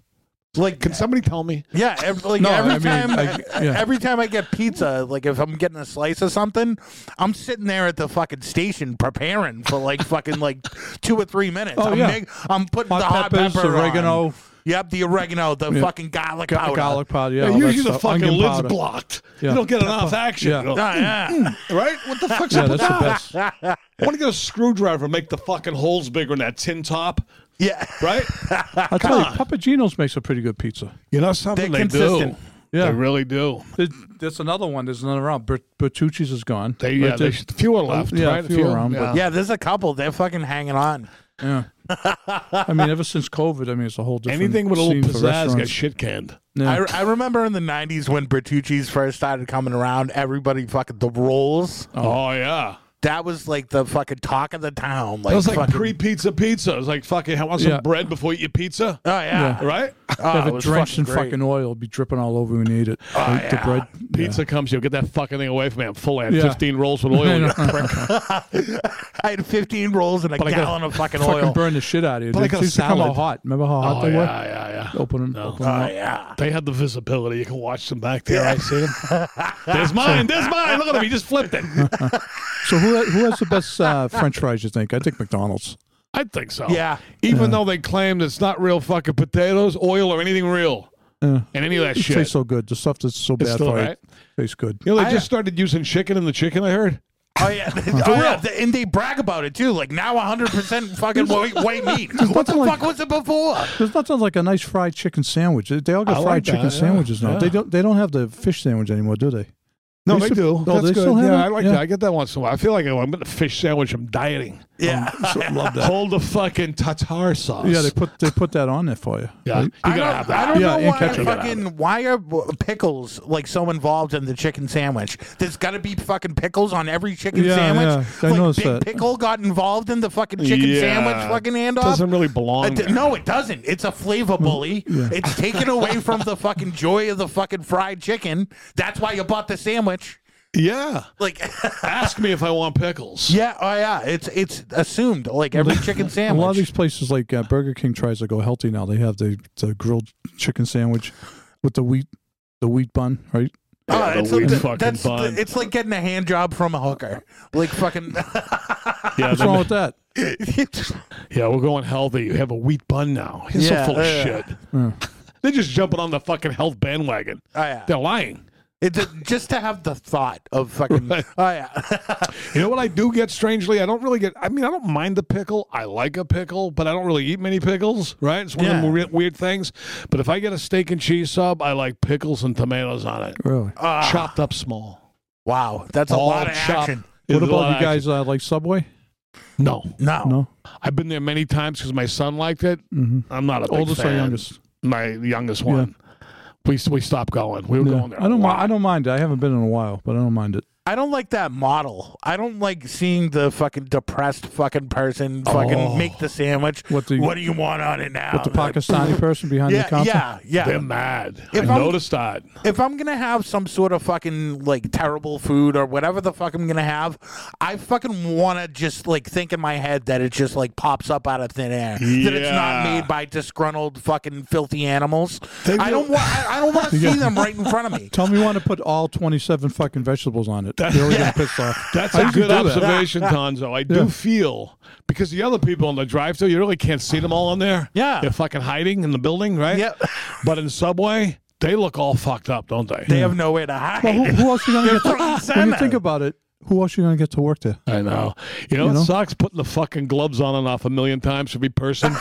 [SPEAKER 3] like
[SPEAKER 9] Can somebody tell me?
[SPEAKER 3] Yeah, ev- like
[SPEAKER 2] No,
[SPEAKER 3] every
[SPEAKER 2] I mean,
[SPEAKER 3] time,
[SPEAKER 2] I- yeah.
[SPEAKER 3] every time I get pizza, like if I'm getting a slice of something, I'm sitting there at the fucking station preparing for like fucking like two or three minutes.
[SPEAKER 2] Oh,
[SPEAKER 3] I'm,
[SPEAKER 2] yeah.
[SPEAKER 3] I'm putting
[SPEAKER 2] Hot
[SPEAKER 3] the hot
[SPEAKER 2] peppers,
[SPEAKER 3] pepper, on.
[SPEAKER 2] oregano.
[SPEAKER 3] Yep, the oregano, the
[SPEAKER 2] Yeah.
[SPEAKER 3] fucking garlic
[SPEAKER 2] Got
[SPEAKER 3] powder.
[SPEAKER 2] the garlic powder. Yeah,
[SPEAKER 9] And
[SPEAKER 2] all that
[SPEAKER 9] usually the
[SPEAKER 2] stuff.
[SPEAKER 9] fucking
[SPEAKER 2] Onion
[SPEAKER 9] lid's
[SPEAKER 2] powder.
[SPEAKER 9] blocked.
[SPEAKER 2] Yeah.
[SPEAKER 9] You don't get enough action.
[SPEAKER 2] Yeah.
[SPEAKER 9] You know,
[SPEAKER 3] Ah,
[SPEAKER 2] Mm.
[SPEAKER 3] yeah.
[SPEAKER 9] Right? What the fuck's
[SPEAKER 2] Yeah,
[SPEAKER 9] up with
[SPEAKER 2] that's the
[SPEAKER 9] that?
[SPEAKER 2] best.
[SPEAKER 9] I want to get a screwdriver and make the fucking holes bigger in that tin top.
[SPEAKER 3] yeah,
[SPEAKER 9] Right?
[SPEAKER 2] I tell you, Papagino's makes a pretty good pizza.
[SPEAKER 9] You know something
[SPEAKER 3] They're
[SPEAKER 9] they
[SPEAKER 3] consistent.
[SPEAKER 9] do.
[SPEAKER 2] Yeah.
[SPEAKER 9] They really do.
[SPEAKER 2] There- There's another one. There's another around. Bert, Bertucci's is gone.
[SPEAKER 9] They, yeah,
[SPEAKER 2] Right
[SPEAKER 9] they,
[SPEAKER 2] there.
[SPEAKER 9] few are left.
[SPEAKER 2] Yeah,
[SPEAKER 9] right?
[SPEAKER 2] few around, but-
[SPEAKER 3] yeah. There's a couple. They're fucking hanging on.
[SPEAKER 2] yeah. I mean, ever since COVID, I mean, it's a whole different
[SPEAKER 9] Anything with a little
[SPEAKER 2] scene for
[SPEAKER 9] pizzazz
[SPEAKER 2] restaurants.
[SPEAKER 9] gets shit canned.
[SPEAKER 2] Yeah.
[SPEAKER 3] I, I remember in the '90s when Bertucci's first started coming around, everybody fucking the rolls.
[SPEAKER 9] oh yeah.
[SPEAKER 3] That was like the fucking talk of the town. Like
[SPEAKER 9] That was like
[SPEAKER 3] fucking-
[SPEAKER 9] pre pizza pizza. It was like fucking I want some
[SPEAKER 2] Yeah.
[SPEAKER 9] bread before you eat your pizza.
[SPEAKER 3] Oh yeah.
[SPEAKER 9] Right?
[SPEAKER 3] Oh,
[SPEAKER 2] have
[SPEAKER 3] it
[SPEAKER 2] it
[SPEAKER 3] was
[SPEAKER 2] drenched in
[SPEAKER 3] fucking great.
[SPEAKER 2] fucking oil, it'd be dripping all over when you eat it.
[SPEAKER 9] Oh,
[SPEAKER 2] Like The bread,
[SPEAKER 9] Pizza comes, you'll get that fucking thing away from me. I'm full. I had
[SPEAKER 2] Yeah.
[SPEAKER 9] 15 rolls with oil.
[SPEAKER 2] I
[SPEAKER 9] in
[SPEAKER 2] know.
[SPEAKER 9] it. Prick.
[SPEAKER 3] I had 15 rolls and a
[SPEAKER 9] But I got-
[SPEAKER 3] gallon of fucking
[SPEAKER 2] fucking
[SPEAKER 3] oil.
[SPEAKER 2] burn the shit out of you.
[SPEAKER 9] But
[SPEAKER 2] They
[SPEAKER 9] like a
[SPEAKER 2] used to come out
[SPEAKER 9] salad.
[SPEAKER 2] hot. Remember how hot
[SPEAKER 9] Oh,
[SPEAKER 2] they
[SPEAKER 9] yeah,
[SPEAKER 2] were?
[SPEAKER 9] yeah, yeah.
[SPEAKER 2] Open them. Open
[SPEAKER 3] Oh,
[SPEAKER 2] them up.
[SPEAKER 3] yeah.
[SPEAKER 9] They had the visibility. You can watch them back there. I see them. There's mine. There's mine. Look at him. He just flipped it.
[SPEAKER 2] So who who has the best uh, French fries? You think? I think McDonald's.
[SPEAKER 9] I think so.
[SPEAKER 3] Yeah.
[SPEAKER 9] Even though they claim it's not real fucking potatoes, oil, or anything real, and any of that
[SPEAKER 2] It
[SPEAKER 9] shit.
[SPEAKER 2] tastes so good. The stuff that's so bad
[SPEAKER 9] still
[SPEAKER 2] for you
[SPEAKER 9] right.
[SPEAKER 2] tastes good.
[SPEAKER 9] you know, they just started using chicken in the chicken. I heard.
[SPEAKER 3] Oh, yeah. oh, yeah. They- And they brag about it, too. Like, now 100% fucking white, white meat. What the
[SPEAKER 2] nothing like-
[SPEAKER 3] fuck was it before?
[SPEAKER 2] There's nothing like a nice fried chicken sandwich. They- They all got
[SPEAKER 9] I like
[SPEAKER 2] fried
[SPEAKER 9] that,
[SPEAKER 2] chicken
[SPEAKER 9] yeah,
[SPEAKER 2] sandwiches now.
[SPEAKER 9] yeah.
[SPEAKER 2] They don't they don't have the fish sandwich anymore, do they?
[SPEAKER 9] No,
[SPEAKER 2] They
[SPEAKER 9] they,
[SPEAKER 2] still-
[SPEAKER 9] do.
[SPEAKER 2] oh, they still have
[SPEAKER 9] yeah,
[SPEAKER 2] it?
[SPEAKER 9] I like
[SPEAKER 2] Yeah.
[SPEAKER 9] that. I get that once in a while. I feel like I'm getting a fish sandwich. I'm dieting.
[SPEAKER 3] Yeah.
[SPEAKER 9] Love that. Hold the fucking tartar sauce.
[SPEAKER 2] Yeah, they put they put that on there for you.
[SPEAKER 9] Yeah, you
[SPEAKER 3] I
[SPEAKER 9] gotta have
[SPEAKER 3] don't,
[SPEAKER 9] that.
[SPEAKER 3] I don't
[SPEAKER 2] Yeah,
[SPEAKER 3] know
[SPEAKER 2] and
[SPEAKER 3] why
[SPEAKER 2] ketchup.
[SPEAKER 3] fucking why are pickles like so involved in the chicken sandwich? There's got to be fucking pickles on every chicken
[SPEAKER 2] Yeah,
[SPEAKER 3] sandwich.
[SPEAKER 2] yeah. I
[SPEAKER 3] like
[SPEAKER 2] noticed
[SPEAKER 3] Big
[SPEAKER 2] that.
[SPEAKER 3] Pickle got involved in the fucking chicken
[SPEAKER 9] Yeah.
[SPEAKER 3] sandwich fucking handoff.
[SPEAKER 9] Doesn't really belong
[SPEAKER 3] Uh, d-
[SPEAKER 9] there.
[SPEAKER 3] no, it doesn't. It's a flavor bully. It's taken away from the fucking joy of the fucking fried chicken. That's why you bought the sandwich.
[SPEAKER 9] Yeah.
[SPEAKER 3] Like,
[SPEAKER 9] Ask me if I want pickles.
[SPEAKER 3] yeah, oh yeah. It's it's assumed like every
[SPEAKER 2] A
[SPEAKER 3] chicken
[SPEAKER 2] lot of
[SPEAKER 3] sandwich.
[SPEAKER 2] these places, like uh, Burger King, tries to go healthy now. They have the, the grilled chicken sandwich with the wheat the wheat bun, right?
[SPEAKER 3] Ah,
[SPEAKER 9] the
[SPEAKER 3] it's,
[SPEAKER 9] weed
[SPEAKER 3] like,
[SPEAKER 9] fucking
[SPEAKER 3] that's
[SPEAKER 9] bun.
[SPEAKER 3] the, it's like getting a hand job from a hooker. Like fucking.
[SPEAKER 9] Yeah,
[SPEAKER 2] What's
[SPEAKER 9] then-
[SPEAKER 2] wrong with that?
[SPEAKER 9] yeah, we're going healthy. You have a wheat bun now. You're
[SPEAKER 3] Yeah,
[SPEAKER 9] so full of
[SPEAKER 3] yeah. Hmm.
[SPEAKER 9] shit. They're just jumping on the fucking health bandwagon.
[SPEAKER 3] Oh, yeah.
[SPEAKER 9] They're lying.
[SPEAKER 3] It's a- just to have the thought of fucking.
[SPEAKER 9] Right.
[SPEAKER 3] Oh yeah,
[SPEAKER 9] You know what I do get strangely? I don't really get. I mean, I don't mind the pickle. I like a pickle, but I don't really eat many pickles. Right? It's one of
[SPEAKER 3] Yeah.
[SPEAKER 9] them weird, weird things. But if I get a steak and cheese sub, I like pickles and tomatoes on it,
[SPEAKER 2] Really?
[SPEAKER 9] chopped up small.
[SPEAKER 3] wow, that's a
[SPEAKER 9] All
[SPEAKER 3] lot of
[SPEAKER 9] chopped.
[SPEAKER 3] action.
[SPEAKER 9] It's
[SPEAKER 2] what
[SPEAKER 9] a lot
[SPEAKER 2] about
[SPEAKER 9] of
[SPEAKER 2] you guys uh, like Subway?
[SPEAKER 9] action. No,
[SPEAKER 3] No,
[SPEAKER 2] No.
[SPEAKER 9] I've been there many times because my son liked it. I'm not a big
[SPEAKER 2] Mm-hmm. Oldest or
[SPEAKER 9] fan.
[SPEAKER 2] youngest?
[SPEAKER 9] My youngest one. We we stopped going. We were
[SPEAKER 2] Yeah.
[SPEAKER 9] going there.
[SPEAKER 2] I don't
[SPEAKER 9] a
[SPEAKER 2] mind.
[SPEAKER 9] lot.
[SPEAKER 2] I don't mind. it. I haven't been in a while, but I don't mind it.
[SPEAKER 3] I don't like that model. I don't like seeing the fucking depressed fucking person fucking
[SPEAKER 9] Oh.
[SPEAKER 3] make the sandwich.
[SPEAKER 2] What the-
[SPEAKER 3] what do you want on it now?
[SPEAKER 2] With the Pakistani person behind
[SPEAKER 3] Yeah,
[SPEAKER 2] the counter.
[SPEAKER 3] yeah, yeah.
[SPEAKER 9] They're mad.
[SPEAKER 3] If
[SPEAKER 9] I
[SPEAKER 3] I'm-
[SPEAKER 9] noticed that.
[SPEAKER 3] if I'm gonna have some sort of fucking like terrible food or whatever the fuck I'm gonna have, I fucking wanna just like think in my head that it just like pops up out of thin air. That it's
[SPEAKER 9] Yeah.
[SPEAKER 3] not made by disgruntled fucking filthy animals.
[SPEAKER 9] They
[SPEAKER 3] I don't
[SPEAKER 9] will-
[SPEAKER 3] want. I, I don't want to see them right in front of me.
[SPEAKER 2] Tell me you want to put all 27 fucking vegetables on it. They're always gonna piss off.
[SPEAKER 9] That's
[SPEAKER 2] I
[SPEAKER 9] a
[SPEAKER 2] usually do
[SPEAKER 9] good
[SPEAKER 2] that.
[SPEAKER 9] observation, Tonzo. I do
[SPEAKER 2] Yeah.
[SPEAKER 9] feel because the other people in the drive-thru, you really can't see them all in there.
[SPEAKER 3] Yeah.
[SPEAKER 9] they're fucking hiding in the building, right?
[SPEAKER 3] Yep.
[SPEAKER 9] But in Subway, they look all fucked up, don't they?
[SPEAKER 3] They have nowhere to hide.
[SPEAKER 2] Well, who, who else you gonna get? To,
[SPEAKER 3] fucking
[SPEAKER 2] when you
[SPEAKER 3] Santa.
[SPEAKER 2] think about it, who else you gonna get to work there?
[SPEAKER 9] I know. You know,
[SPEAKER 2] You
[SPEAKER 9] it
[SPEAKER 2] know?
[SPEAKER 9] sucks putting the fucking gloves on and off a million times for every person.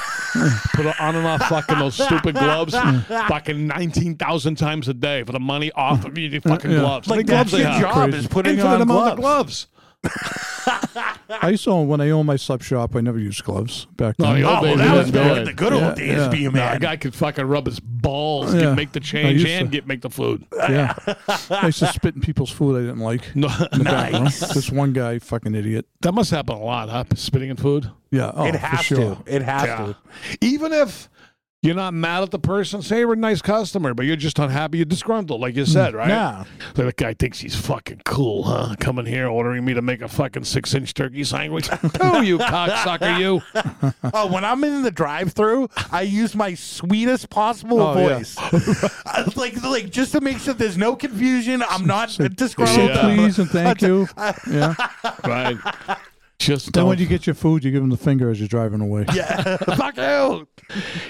[SPEAKER 9] Put it on and off fucking those stupid gloves fucking 19,000 times a day for the money off of your fucking gloves. How
[SPEAKER 3] like
[SPEAKER 9] many
[SPEAKER 3] that's
[SPEAKER 9] gloves they
[SPEAKER 3] your
[SPEAKER 9] have?
[SPEAKER 3] job is putting on
[SPEAKER 9] Infinite amount of
[SPEAKER 3] gloves.
[SPEAKER 9] gloves.
[SPEAKER 3] Ah.
[SPEAKER 2] I used to own when I owned my sub shop. I never used gloves back
[SPEAKER 9] No,
[SPEAKER 2] then.
[SPEAKER 9] the old
[SPEAKER 3] Oh, well,
[SPEAKER 9] days,
[SPEAKER 3] that
[SPEAKER 9] they
[SPEAKER 3] was
[SPEAKER 9] didn't do
[SPEAKER 3] back
[SPEAKER 9] it.
[SPEAKER 3] in the good old
[SPEAKER 2] Yeah,
[SPEAKER 3] days,
[SPEAKER 2] yeah.
[SPEAKER 3] be
[SPEAKER 9] Nah,
[SPEAKER 3] a
[SPEAKER 9] a
[SPEAKER 3] man.
[SPEAKER 9] guy could fucking rub his balls,
[SPEAKER 2] Yeah.
[SPEAKER 9] get, make the change,
[SPEAKER 2] used
[SPEAKER 9] and
[SPEAKER 2] to.
[SPEAKER 9] get make the food.
[SPEAKER 2] yeah, I used to spit in people's food I didn't like.
[SPEAKER 9] No,
[SPEAKER 2] in the back room. This one guy, fucking idiot.
[SPEAKER 9] that must happen a lot, huh? Spitting in food.
[SPEAKER 2] Yeah, oh,
[SPEAKER 3] it
[SPEAKER 2] for
[SPEAKER 3] has
[SPEAKER 2] sure.
[SPEAKER 3] to. It has to.
[SPEAKER 9] Even if you're not mad at the person, say you're a nice customer, but you're just unhappy, you're disgruntled, like you said, right?
[SPEAKER 3] Mm. Yeah.
[SPEAKER 9] So that guy thinks he's fucking cool, huh? Coming here, ordering me to make a fucking six-inch turkey sandwich. Who you cocksucker, you?
[SPEAKER 3] Oh, when I'm in the drive-through, I use my sweetest possible
[SPEAKER 2] Oh, yeah.
[SPEAKER 3] voice, I- like like just to make sure there's no confusion. I'm not disgruntled.
[SPEAKER 9] Yeah.
[SPEAKER 2] Please and thank you. Yeah.
[SPEAKER 9] Right. Just
[SPEAKER 2] Then
[SPEAKER 9] don't
[SPEAKER 2] when you get your food, you give him the finger as you're driving away.
[SPEAKER 3] Yeah, fuck you.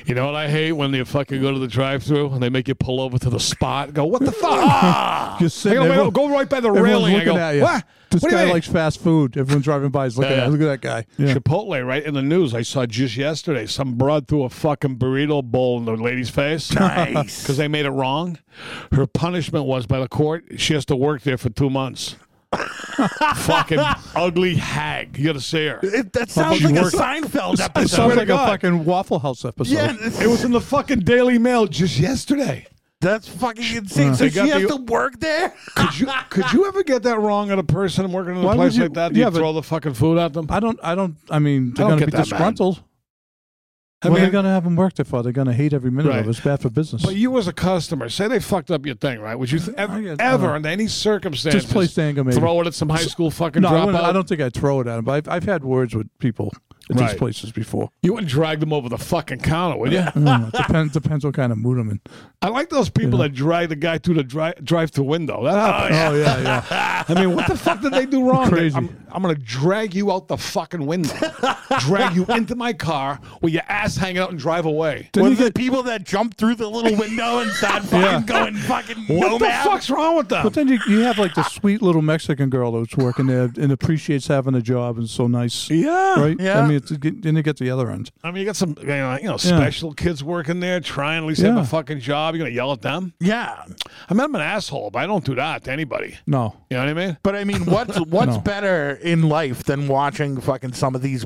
[SPEAKER 9] You know what I hate when you fucking go to the drive-through and they make you pull over to the spot. Go, what the fuck?
[SPEAKER 2] You're sitting
[SPEAKER 9] I go,
[SPEAKER 2] there.
[SPEAKER 9] "Wait, go right by the
[SPEAKER 2] everyone's
[SPEAKER 9] railing. I
[SPEAKER 2] looking
[SPEAKER 9] go,
[SPEAKER 2] at you.
[SPEAKER 9] what?
[SPEAKER 2] This
[SPEAKER 9] What do you
[SPEAKER 2] guy
[SPEAKER 9] mean?"
[SPEAKER 2] likes fast food. Everyone driving by is looking
[SPEAKER 9] Yeah.
[SPEAKER 2] at. Look at that guy. Yeah.
[SPEAKER 9] Chipotle, right in the news. I saw just yesterday some broad threw a fucking burrito bowl in the lady's face.
[SPEAKER 3] Nice.
[SPEAKER 9] Because they made it wrong. Her punishment was by the court, she has to work there for two months. fucking ugly hag. You got to see her.
[SPEAKER 3] It, that sounds
[SPEAKER 9] she
[SPEAKER 3] like
[SPEAKER 9] worked-
[SPEAKER 3] a Seinfeld
[SPEAKER 9] I
[SPEAKER 3] episode.
[SPEAKER 9] swear
[SPEAKER 2] Sounds
[SPEAKER 9] to
[SPEAKER 2] like
[SPEAKER 9] Oh God.
[SPEAKER 2] a fucking Waffle House episode.
[SPEAKER 3] Yeah,
[SPEAKER 9] It was in the fucking Daily Mail just yesterday.
[SPEAKER 3] that's fucking insane. so
[SPEAKER 9] They
[SPEAKER 3] she
[SPEAKER 9] got
[SPEAKER 3] has
[SPEAKER 9] the-
[SPEAKER 3] to work there.
[SPEAKER 9] Could you could you ever get that wrong at a person working in a
[SPEAKER 2] Why would
[SPEAKER 9] place
[SPEAKER 2] you-
[SPEAKER 9] like that? Do you
[SPEAKER 2] yeah, but-
[SPEAKER 9] throw the fucking food at them?
[SPEAKER 2] I don't. I don't. I mean, they're going
[SPEAKER 9] don't
[SPEAKER 2] to
[SPEAKER 9] get
[SPEAKER 2] be
[SPEAKER 9] that mad.
[SPEAKER 2] disgruntled.
[SPEAKER 9] I
[SPEAKER 2] what are
[SPEAKER 9] mean-
[SPEAKER 2] they going to have them work there for? They're going to hate every minute
[SPEAKER 9] Right.
[SPEAKER 2] of it. It's bad for business.
[SPEAKER 9] But you, as a customer, say they fucked up your thing, right? Would you th-
[SPEAKER 2] I
[SPEAKER 9] ever,
[SPEAKER 2] guess- I
[SPEAKER 9] ever
[SPEAKER 2] don't-
[SPEAKER 9] under any circumstances,
[SPEAKER 2] just place the anger, maybe.
[SPEAKER 9] throw it at some high school fucking
[SPEAKER 2] no, I,
[SPEAKER 9] dropout?
[SPEAKER 2] wouldn't- I don't think I'd throw it at them. But I've, I've had words with people at
[SPEAKER 9] Right.
[SPEAKER 2] these places before.
[SPEAKER 9] You wouldn't drag them over the fucking counter, would you?
[SPEAKER 2] Mm, depends depends what kind of mood I'm in.
[SPEAKER 9] I like those people that drag the guy through the dri- drive-through window. That happened.
[SPEAKER 2] Oh yeah, yeah.
[SPEAKER 9] I mean, what the fuck did they do wrong?
[SPEAKER 2] Crazy.
[SPEAKER 9] I'm, I'm gonna drag you out the fucking window, drag you into my car with your ass hanging out and drive away.
[SPEAKER 3] Were the people that jumped through the little window and started fucking going fucking
[SPEAKER 9] What the
[SPEAKER 3] nomad?
[SPEAKER 9] fuck's wrong with them?
[SPEAKER 2] But then you, you have like the sweet little Mexican girl that's working there and appreciates having a job and so nice.
[SPEAKER 9] yeah,
[SPEAKER 2] Right?
[SPEAKER 3] Yeah.
[SPEAKER 2] I mean, it's, then you get to the other end.
[SPEAKER 9] I mean, you got some, you know, you know, special kids working there trying to at least have
[SPEAKER 2] Yeah.
[SPEAKER 9] a fucking job. You're gonna yell at them?
[SPEAKER 3] Yeah,
[SPEAKER 9] I mean, I'm an asshole, but I don't do that to anybody.
[SPEAKER 2] No.
[SPEAKER 9] You know what I mean?
[SPEAKER 3] But I mean, what's what's
[SPEAKER 2] No.
[SPEAKER 3] better in life than watching fucking some of these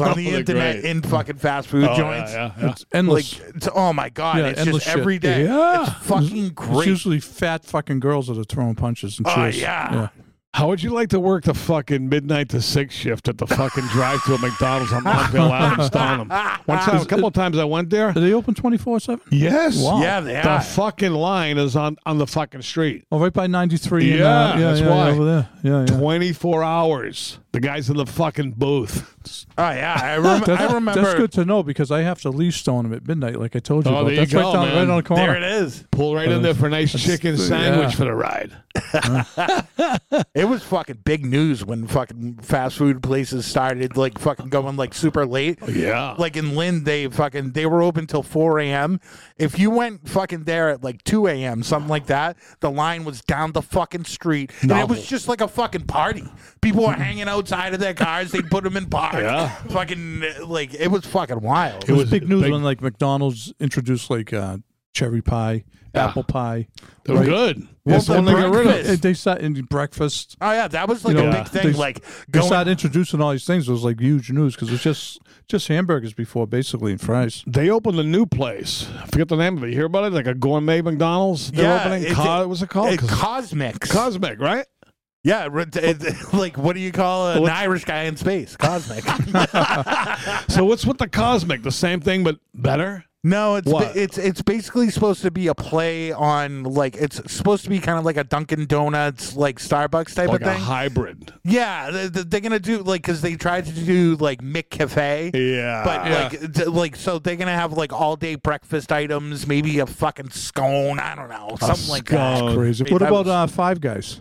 [SPEAKER 3] on the
[SPEAKER 9] Oh, they're
[SPEAKER 3] internet
[SPEAKER 9] great.
[SPEAKER 3] in fucking fast food
[SPEAKER 9] Oh,
[SPEAKER 3] joints?
[SPEAKER 9] yeah, yeah, yeah.
[SPEAKER 2] It's endless.
[SPEAKER 3] Like, it's, oh my god,
[SPEAKER 2] Yeah,
[SPEAKER 3] it's
[SPEAKER 2] endless
[SPEAKER 3] just
[SPEAKER 2] shit.
[SPEAKER 3] every day.
[SPEAKER 9] Yeah.
[SPEAKER 3] It's fucking
[SPEAKER 2] It's
[SPEAKER 3] great.
[SPEAKER 2] usually fat fucking girls that are throwing punches and
[SPEAKER 3] Oh,
[SPEAKER 2] cheers.
[SPEAKER 3] yeah.
[SPEAKER 9] How would you like to work the fucking midnight to six shift at the fucking drive through McDonald's on Montville Ave in Stoneham? One time, a couple of times I went there.
[SPEAKER 2] Are they open 24 7?
[SPEAKER 9] Yes.
[SPEAKER 2] Wow.
[SPEAKER 3] yeah, they
[SPEAKER 9] The
[SPEAKER 3] are.
[SPEAKER 9] fucking line is on, on the fucking street.
[SPEAKER 2] Oh, right by 93. and,
[SPEAKER 9] Yeah,
[SPEAKER 2] uh, yeah,
[SPEAKER 9] that's
[SPEAKER 2] yeah,
[SPEAKER 9] why.
[SPEAKER 2] Over there. Yeah, yeah.
[SPEAKER 9] 24 hours. The guy's in the fucking booth.
[SPEAKER 3] Oh yeah, I, rem-
[SPEAKER 2] That's,
[SPEAKER 3] I remember.
[SPEAKER 2] that's good to know because I have to leave Stone him at midnight, like I told you.
[SPEAKER 9] Oh,
[SPEAKER 2] about.
[SPEAKER 9] there you
[SPEAKER 2] that's
[SPEAKER 9] go,
[SPEAKER 2] right, down,
[SPEAKER 9] man.
[SPEAKER 2] right on the corner.
[SPEAKER 3] There it is.
[SPEAKER 9] Pull right in there for a nice chicken sandwich
[SPEAKER 2] yeah.
[SPEAKER 9] for the ride.
[SPEAKER 3] It was fucking big news when fucking fast food places started like fucking going like super late.
[SPEAKER 2] Oh,
[SPEAKER 9] yeah.
[SPEAKER 3] Like in Lynn, they fucking they were open till four a.m. If you went fucking there at like two a.m. something like that, the line was down the fucking street, and it
[SPEAKER 9] Novel.
[SPEAKER 3] was just like a fucking party. People were hanging outside of their cars. They put them in parks.
[SPEAKER 9] Yeah.
[SPEAKER 3] Fucking like it was fucking wild.
[SPEAKER 2] It was,
[SPEAKER 9] was
[SPEAKER 2] big news
[SPEAKER 9] big-
[SPEAKER 2] when like McDonald's introduced like uh, cherry pie,
[SPEAKER 9] Yeah.
[SPEAKER 2] apple pie.
[SPEAKER 9] They were good. That's
[SPEAKER 3] the
[SPEAKER 9] the one they got rid of.
[SPEAKER 3] breakfast-
[SPEAKER 2] And they started in breakfast.
[SPEAKER 3] Oh yeah, that was like
[SPEAKER 2] You
[SPEAKER 3] a
[SPEAKER 2] know,
[SPEAKER 3] big thing.
[SPEAKER 2] they-
[SPEAKER 3] like
[SPEAKER 2] They
[SPEAKER 3] going
[SPEAKER 2] started introducing all these things. It was like huge news because it was just just hamburgers before, basically, and fries.
[SPEAKER 9] They opened a new place. I forget the name of it. You hear about it? Like a gourmet McDonald's they're opening.
[SPEAKER 3] it-
[SPEAKER 9] Co-
[SPEAKER 3] it-
[SPEAKER 9] what's it called?
[SPEAKER 3] it- Cosmics.
[SPEAKER 9] Cosmic, right?
[SPEAKER 3] yeah, re- it- like what do you call an Irish guy in space? Cosmic.
[SPEAKER 9] So what's with the Cosmic? The same thing, but better?
[SPEAKER 3] no, it's
[SPEAKER 9] What?
[SPEAKER 3] it's it's basically supposed to be a play on like it's supposed to be kind of like a Dunkin' Donuts like Starbucks type
[SPEAKER 9] Like
[SPEAKER 3] of
[SPEAKER 9] a
[SPEAKER 3] thing.
[SPEAKER 9] hybrid.
[SPEAKER 3] yeah, they, they- they're gonna do like because they tried to do like Mick Cafe.
[SPEAKER 9] Yeah.
[SPEAKER 3] But like, d- like, so they're gonna have like all day breakfast items, maybe a fucking scone. I don't know, something like that.
[SPEAKER 9] scone.
[SPEAKER 2] Crazy.
[SPEAKER 3] Oh, Hey,
[SPEAKER 2] What
[SPEAKER 3] that
[SPEAKER 2] about
[SPEAKER 3] was-
[SPEAKER 2] uh, Five Guys?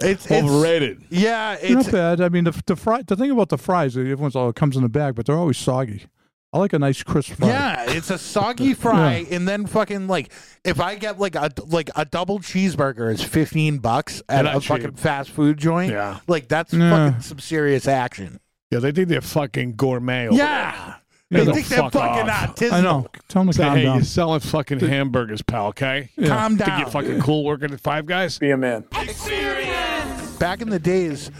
[SPEAKER 3] It's, it's
[SPEAKER 9] overrated.
[SPEAKER 3] Yeah,
[SPEAKER 2] Not
[SPEAKER 3] it's
[SPEAKER 2] bad. I mean, the the fry. The thing about the fries, everyone's all it comes in a bag, but they're always soggy. I like a nice crisp fry.
[SPEAKER 3] Yeah, it's a soggy fry, and then fucking like if I get like a like a double cheeseburger is fifteen bucks at
[SPEAKER 9] not
[SPEAKER 3] a fucking
[SPEAKER 9] cheap.
[SPEAKER 3] fast food joint.
[SPEAKER 9] Yeah.
[SPEAKER 3] like that's
[SPEAKER 2] Yeah.
[SPEAKER 3] fucking some serious action.
[SPEAKER 9] Yeah, they think they're fucking gourmet. Over there.
[SPEAKER 3] Yeah,
[SPEAKER 9] Yeah,
[SPEAKER 3] they
[SPEAKER 9] the
[SPEAKER 3] think they're
[SPEAKER 9] fuck
[SPEAKER 3] fucking
[SPEAKER 9] off.
[SPEAKER 3] artisanal.
[SPEAKER 2] I know. Tell them to
[SPEAKER 9] Say,
[SPEAKER 2] calm
[SPEAKER 9] hey,
[SPEAKER 2] down.
[SPEAKER 9] you're selling fucking hamburgers, pal, okay?
[SPEAKER 2] Yeah.
[SPEAKER 3] Calm
[SPEAKER 9] Think
[SPEAKER 3] down.
[SPEAKER 9] you're fucking cool working at Five Guys?
[SPEAKER 3] Back in the days,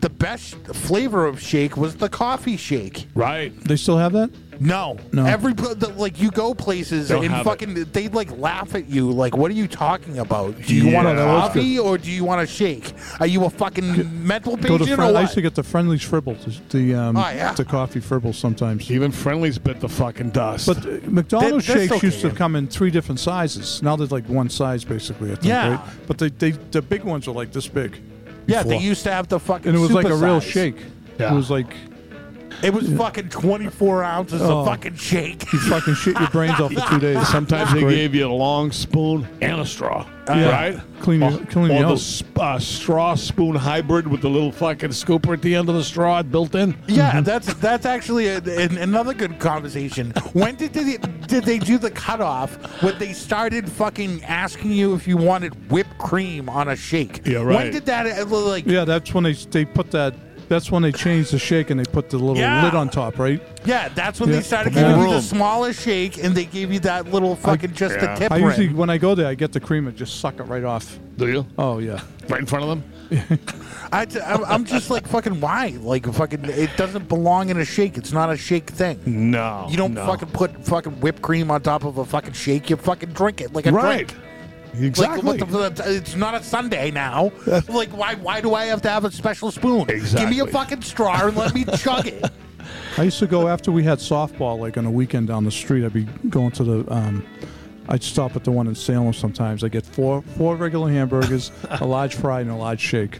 [SPEAKER 3] the best flavor of shake was the coffee shake.
[SPEAKER 9] Right.
[SPEAKER 2] They still have that?
[SPEAKER 3] No,
[SPEAKER 2] No.
[SPEAKER 3] Every pl- the, like you go places
[SPEAKER 9] Don't
[SPEAKER 3] and
[SPEAKER 9] have
[SPEAKER 3] fucking they like laugh at you. Like, what are you talking about? Do you want a
[SPEAKER 9] Yeah. That was
[SPEAKER 3] coffee or do you want a shake? Are you a fucking mental
[SPEAKER 2] Go to
[SPEAKER 3] patient
[SPEAKER 2] Fri-
[SPEAKER 3] or
[SPEAKER 2] I
[SPEAKER 3] what?
[SPEAKER 2] used to get the friendlies fribbles, the- the um,
[SPEAKER 3] Oh, yeah.
[SPEAKER 2] the coffee fribbles sometimes.
[SPEAKER 9] Even Friendly's bit the fucking dust.
[SPEAKER 2] But uh, McDonald's
[SPEAKER 3] That- that's
[SPEAKER 2] shakes used to
[SPEAKER 3] okay.
[SPEAKER 2] come in three different sizes. Now there's like one size basically. I think,
[SPEAKER 3] Yeah.
[SPEAKER 2] Right? But they, they the big ones are like this big.
[SPEAKER 3] Yeah,
[SPEAKER 2] before.
[SPEAKER 3] they used to have the fucking.
[SPEAKER 2] and it was like a real
[SPEAKER 3] supersize.
[SPEAKER 2] shake.
[SPEAKER 9] Yeah.
[SPEAKER 2] It was like
[SPEAKER 3] It was fucking twenty four ounces
[SPEAKER 2] Oh.
[SPEAKER 3] of fucking shake.
[SPEAKER 2] you fucking shit your brains off for two days.
[SPEAKER 9] Sometimes they
[SPEAKER 2] Great.
[SPEAKER 9] gave you a long spoon and a straw,
[SPEAKER 2] Yeah.
[SPEAKER 9] right?
[SPEAKER 2] Clean
[SPEAKER 9] or,
[SPEAKER 2] you- clean
[SPEAKER 9] or
[SPEAKER 2] you
[SPEAKER 9] the
[SPEAKER 2] out.
[SPEAKER 9] sp- uh, straw spoon hybrid with the little fucking scooper at the end of the straw built in. Mm-hmm.
[SPEAKER 3] yeah, that's that's actually a, an, another good conversation. When did they, did they do the cutoff when they started fucking asking you if you wanted whipped cream on a shake?
[SPEAKER 9] Yeah,
[SPEAKER 3] When
[SPEAKER 9] right.
[SPEAKER 3] did that uh, like? Yeah,
[SPEAKER 2] Yeah, that's when they they put that. That's when they changed the shake and they put the little
[SPEAKER 3] Yeah.
[SPEAKER 2] lid on top, right?
[SPEAKER 3] that's when
[SPEAKER 2] Yeah.
[SPEAKER 3] they started
[SPEAKER 2] More
[SPEAKER 3] giving you the
[SPEAKER 9] room.
[SPEAKER 3] smallest shake, and they gave you that little fucking just the
[SPEAKER 9] yeah.
[SPEAKER 3] tip.
[SPEAKER 2] I
[SPEAKER 3] rim.
[SPEAKER 2] usually when I go there, I get the cream and just suck it right off.
[SPEAKER 9] Do you?
[SPEAKER 2] Oh yeah,
[SPEAKER 9] Right in front of them?
[SPEAKER 3] I t- I'm, I'm just like fucking why? Like fucking, it doesn't belong in a shake. It's not a shake thing.
[SPEAKER 9] No.
[SPEAKER 3] You don't
[SPEAKER 9] Oh, no.
[SPEAKER 3] fucking put fucking whipped cream on top of a fucking shake. You fucking drink it like a
[SPEAKER 9] Right.
[SPEAKER 3] drink. Like,
[SPEAKER 9] Exactly.
[SPEAKER 3] what the, it's not a Sunday now. like, why? Why do I have to have a special spoon? Give me
[SPEAKER 9] Exactly.
[SPEAKER 3] a fucking straw and let me chug it.
[SPEAKER 2] I used to go after we had softball, like on a weekend down the street. I'd be going to the. Um, I'd stop at the one in Salem sometimes. I get four four regular hamburgers, a large fry, and a large shake.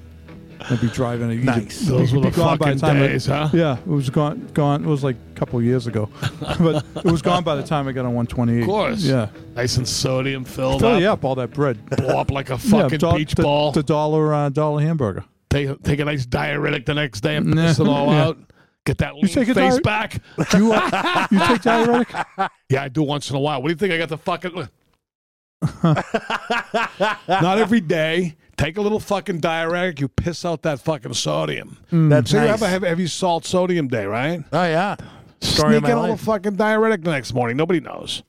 [SPEAKER 2] I'd be driving. I'd eat it.
[SPEAKER 3] Nice.
[SPEAKER 2] It'd
[SPEAKER 9] Those
[SPEAKER 2] be
[SPEAKER 9] were the
[SPEAKER 2] gone by
[SPEAKER 9] fucking
[SPEAKER 2] time I-
[SPEAKER 9] days, huh?
[SPEAKER 2] Yeah, it was gone. Gone. It was like a couple years ago, but it was gone by the time I got on 128.
[SPEAKER 9] Of course.
[SPEAKER 2] Yeah.
[SPEAKER 9] Nice and sodium filled
[SPEAKER 2] Fill
[SPEAKER 9] up.
[SPEAKER 2] you up all that bread.
[SPEAKER 9] Blow up like a
[SPEAKER 2] Yeah,
[SPEAKER 9] fucking
[SPEAKER 2] do-
[SPEAKER 9] beach
[SPEAKER 2] the,
[SPEAKER 9] ball.
[SPEAKER 2] The dollar uh, dollar hamburger.
[SPEAKER 9] take, take a nice diuretic the next day and
[SPEAKER 2] Nah.
[SPEAKER 9] piss it all
[SPEAKER 2] Yeah.
[SPEAKER 9] out. Get that lean
[SPEAKER 2] take a
[SPEAKER 9] face
[SPEAKER 2] diure-
[SPEAKER 9] back.
[SPEAKER 2] Do you, uh, you take diuretic?
[SPEAKER 9] Yeah, I do once in a while. What do you think? I got the fucking. Not every day. Take a little fucking diuretic. You piss out that fucking sodium.
[SPEAKER 3] That's
[SPEAKER 9] so you
[SPEAKER 3] nice.
[SPEAKER 9] have a heavy, heavy salt sodium day, right?
[SPEAKER 3] oh yeah. Story
[SPEAKER 9] Sneak
[SPEAKER 3] of my
[SPEAKER 9] in all the
[SPEAKER 3] life.
[SPEAKER 9] fucking diuretic the next morning. Nobody knows.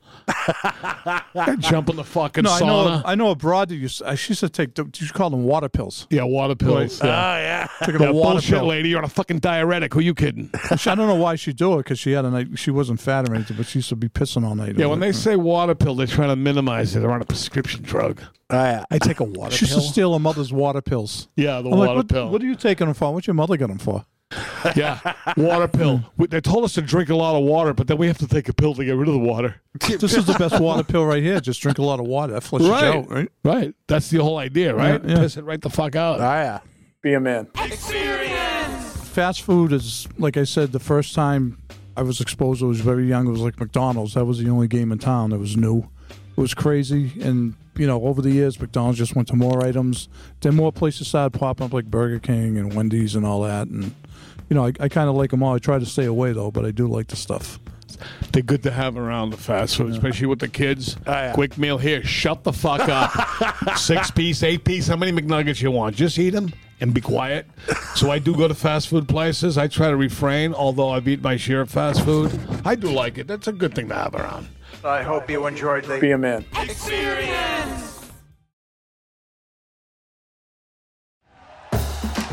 [SPEAKER 9] Jump in the fucking
[SPEAKER 2] No, I know.
[SPEAKER 9] sauna.
[SPEAKER 2] I know a broad that used. uh, She used to take. the- You call them water pills.
[SPEAKER 9] yeah, water pills.
[SPEAKER 2] Right.
[SPEAKER 9] Yeah.
[SPEAKER 3] Oh yeah.
[SPEAKER 2] Took
[SPEAKER 9] Yeah,
[SPEAKER 2] a water
[SPEAKER 9] bullshit,
[SPEAKER 2] pill.
[SPEAKER 9] lady. You're on a fucking diuretic. Who you kidding?
[SPEAKER 2] She- I don't know why she do it because she had a night. She wasn't fat or anything, but she used to be pissing all night.
[SPEAKER 9] Yeah, when they say water pill, they're trying to minimize it. They're on a prescription drug.
[SPEAKER 3] Oh yeah.
[SPEAKER 9] I take a water
[SPEAKER 2] she used to steal her mother's water pills.
[SPEAKER 9] Yeah, the
[SPEAKER 2] I'm like,
[SPEAKER 9] water
[SPEAKER 2] what,
[SPEAKER 9] pill.
[SPEAKER 2] What are you taking them for? What's your mother got them for?
[SPEAKER 9] Yeah, water pill. We, they told us to drink a lot of water, but then we have to take a pill to get rid of the water.
[SPEAKER 2] this is the best water pill right here. Just drink a lot of water. That flushes you out, right?
[SPEAKER 9] right. That's the whole idea, right?
[SPEAKER 2] Yeah, yeah.
[SPEAKER 9] Piss it right the fuck out.
[SPEAKER 3] Oh yeah.
[SPEAKER 5] Be a man.
[SPEAKER 2] fast food is like I said the first time I was exposed. I was very young. It was like McDonald's. That was the only game in town that was new. It was crazy, and you know, over the years, McDonald's just went to more items. Then more places started popping up like Burger King and Wendy's and all that. And you know, I, I kind of like them all. I try to stay away though, but I do like the stuff.
[SPEAKER 9] They're good to have around the fast food, especially with the kids.
[SPEAKER 3] yeah.
[SPEAKER 9] Quick meal here. Shut the fuck up. Six piece, eight piece, how many McNuggets you want? Just eat them and be quiet. So I do go to fast food places. I try to refrain, although I've eaten my share of fast food. I do like it. That's a good thing to have around.
[SPEAKER 3] I hope you enjoyed the
[SPEAKER 2] Be a man.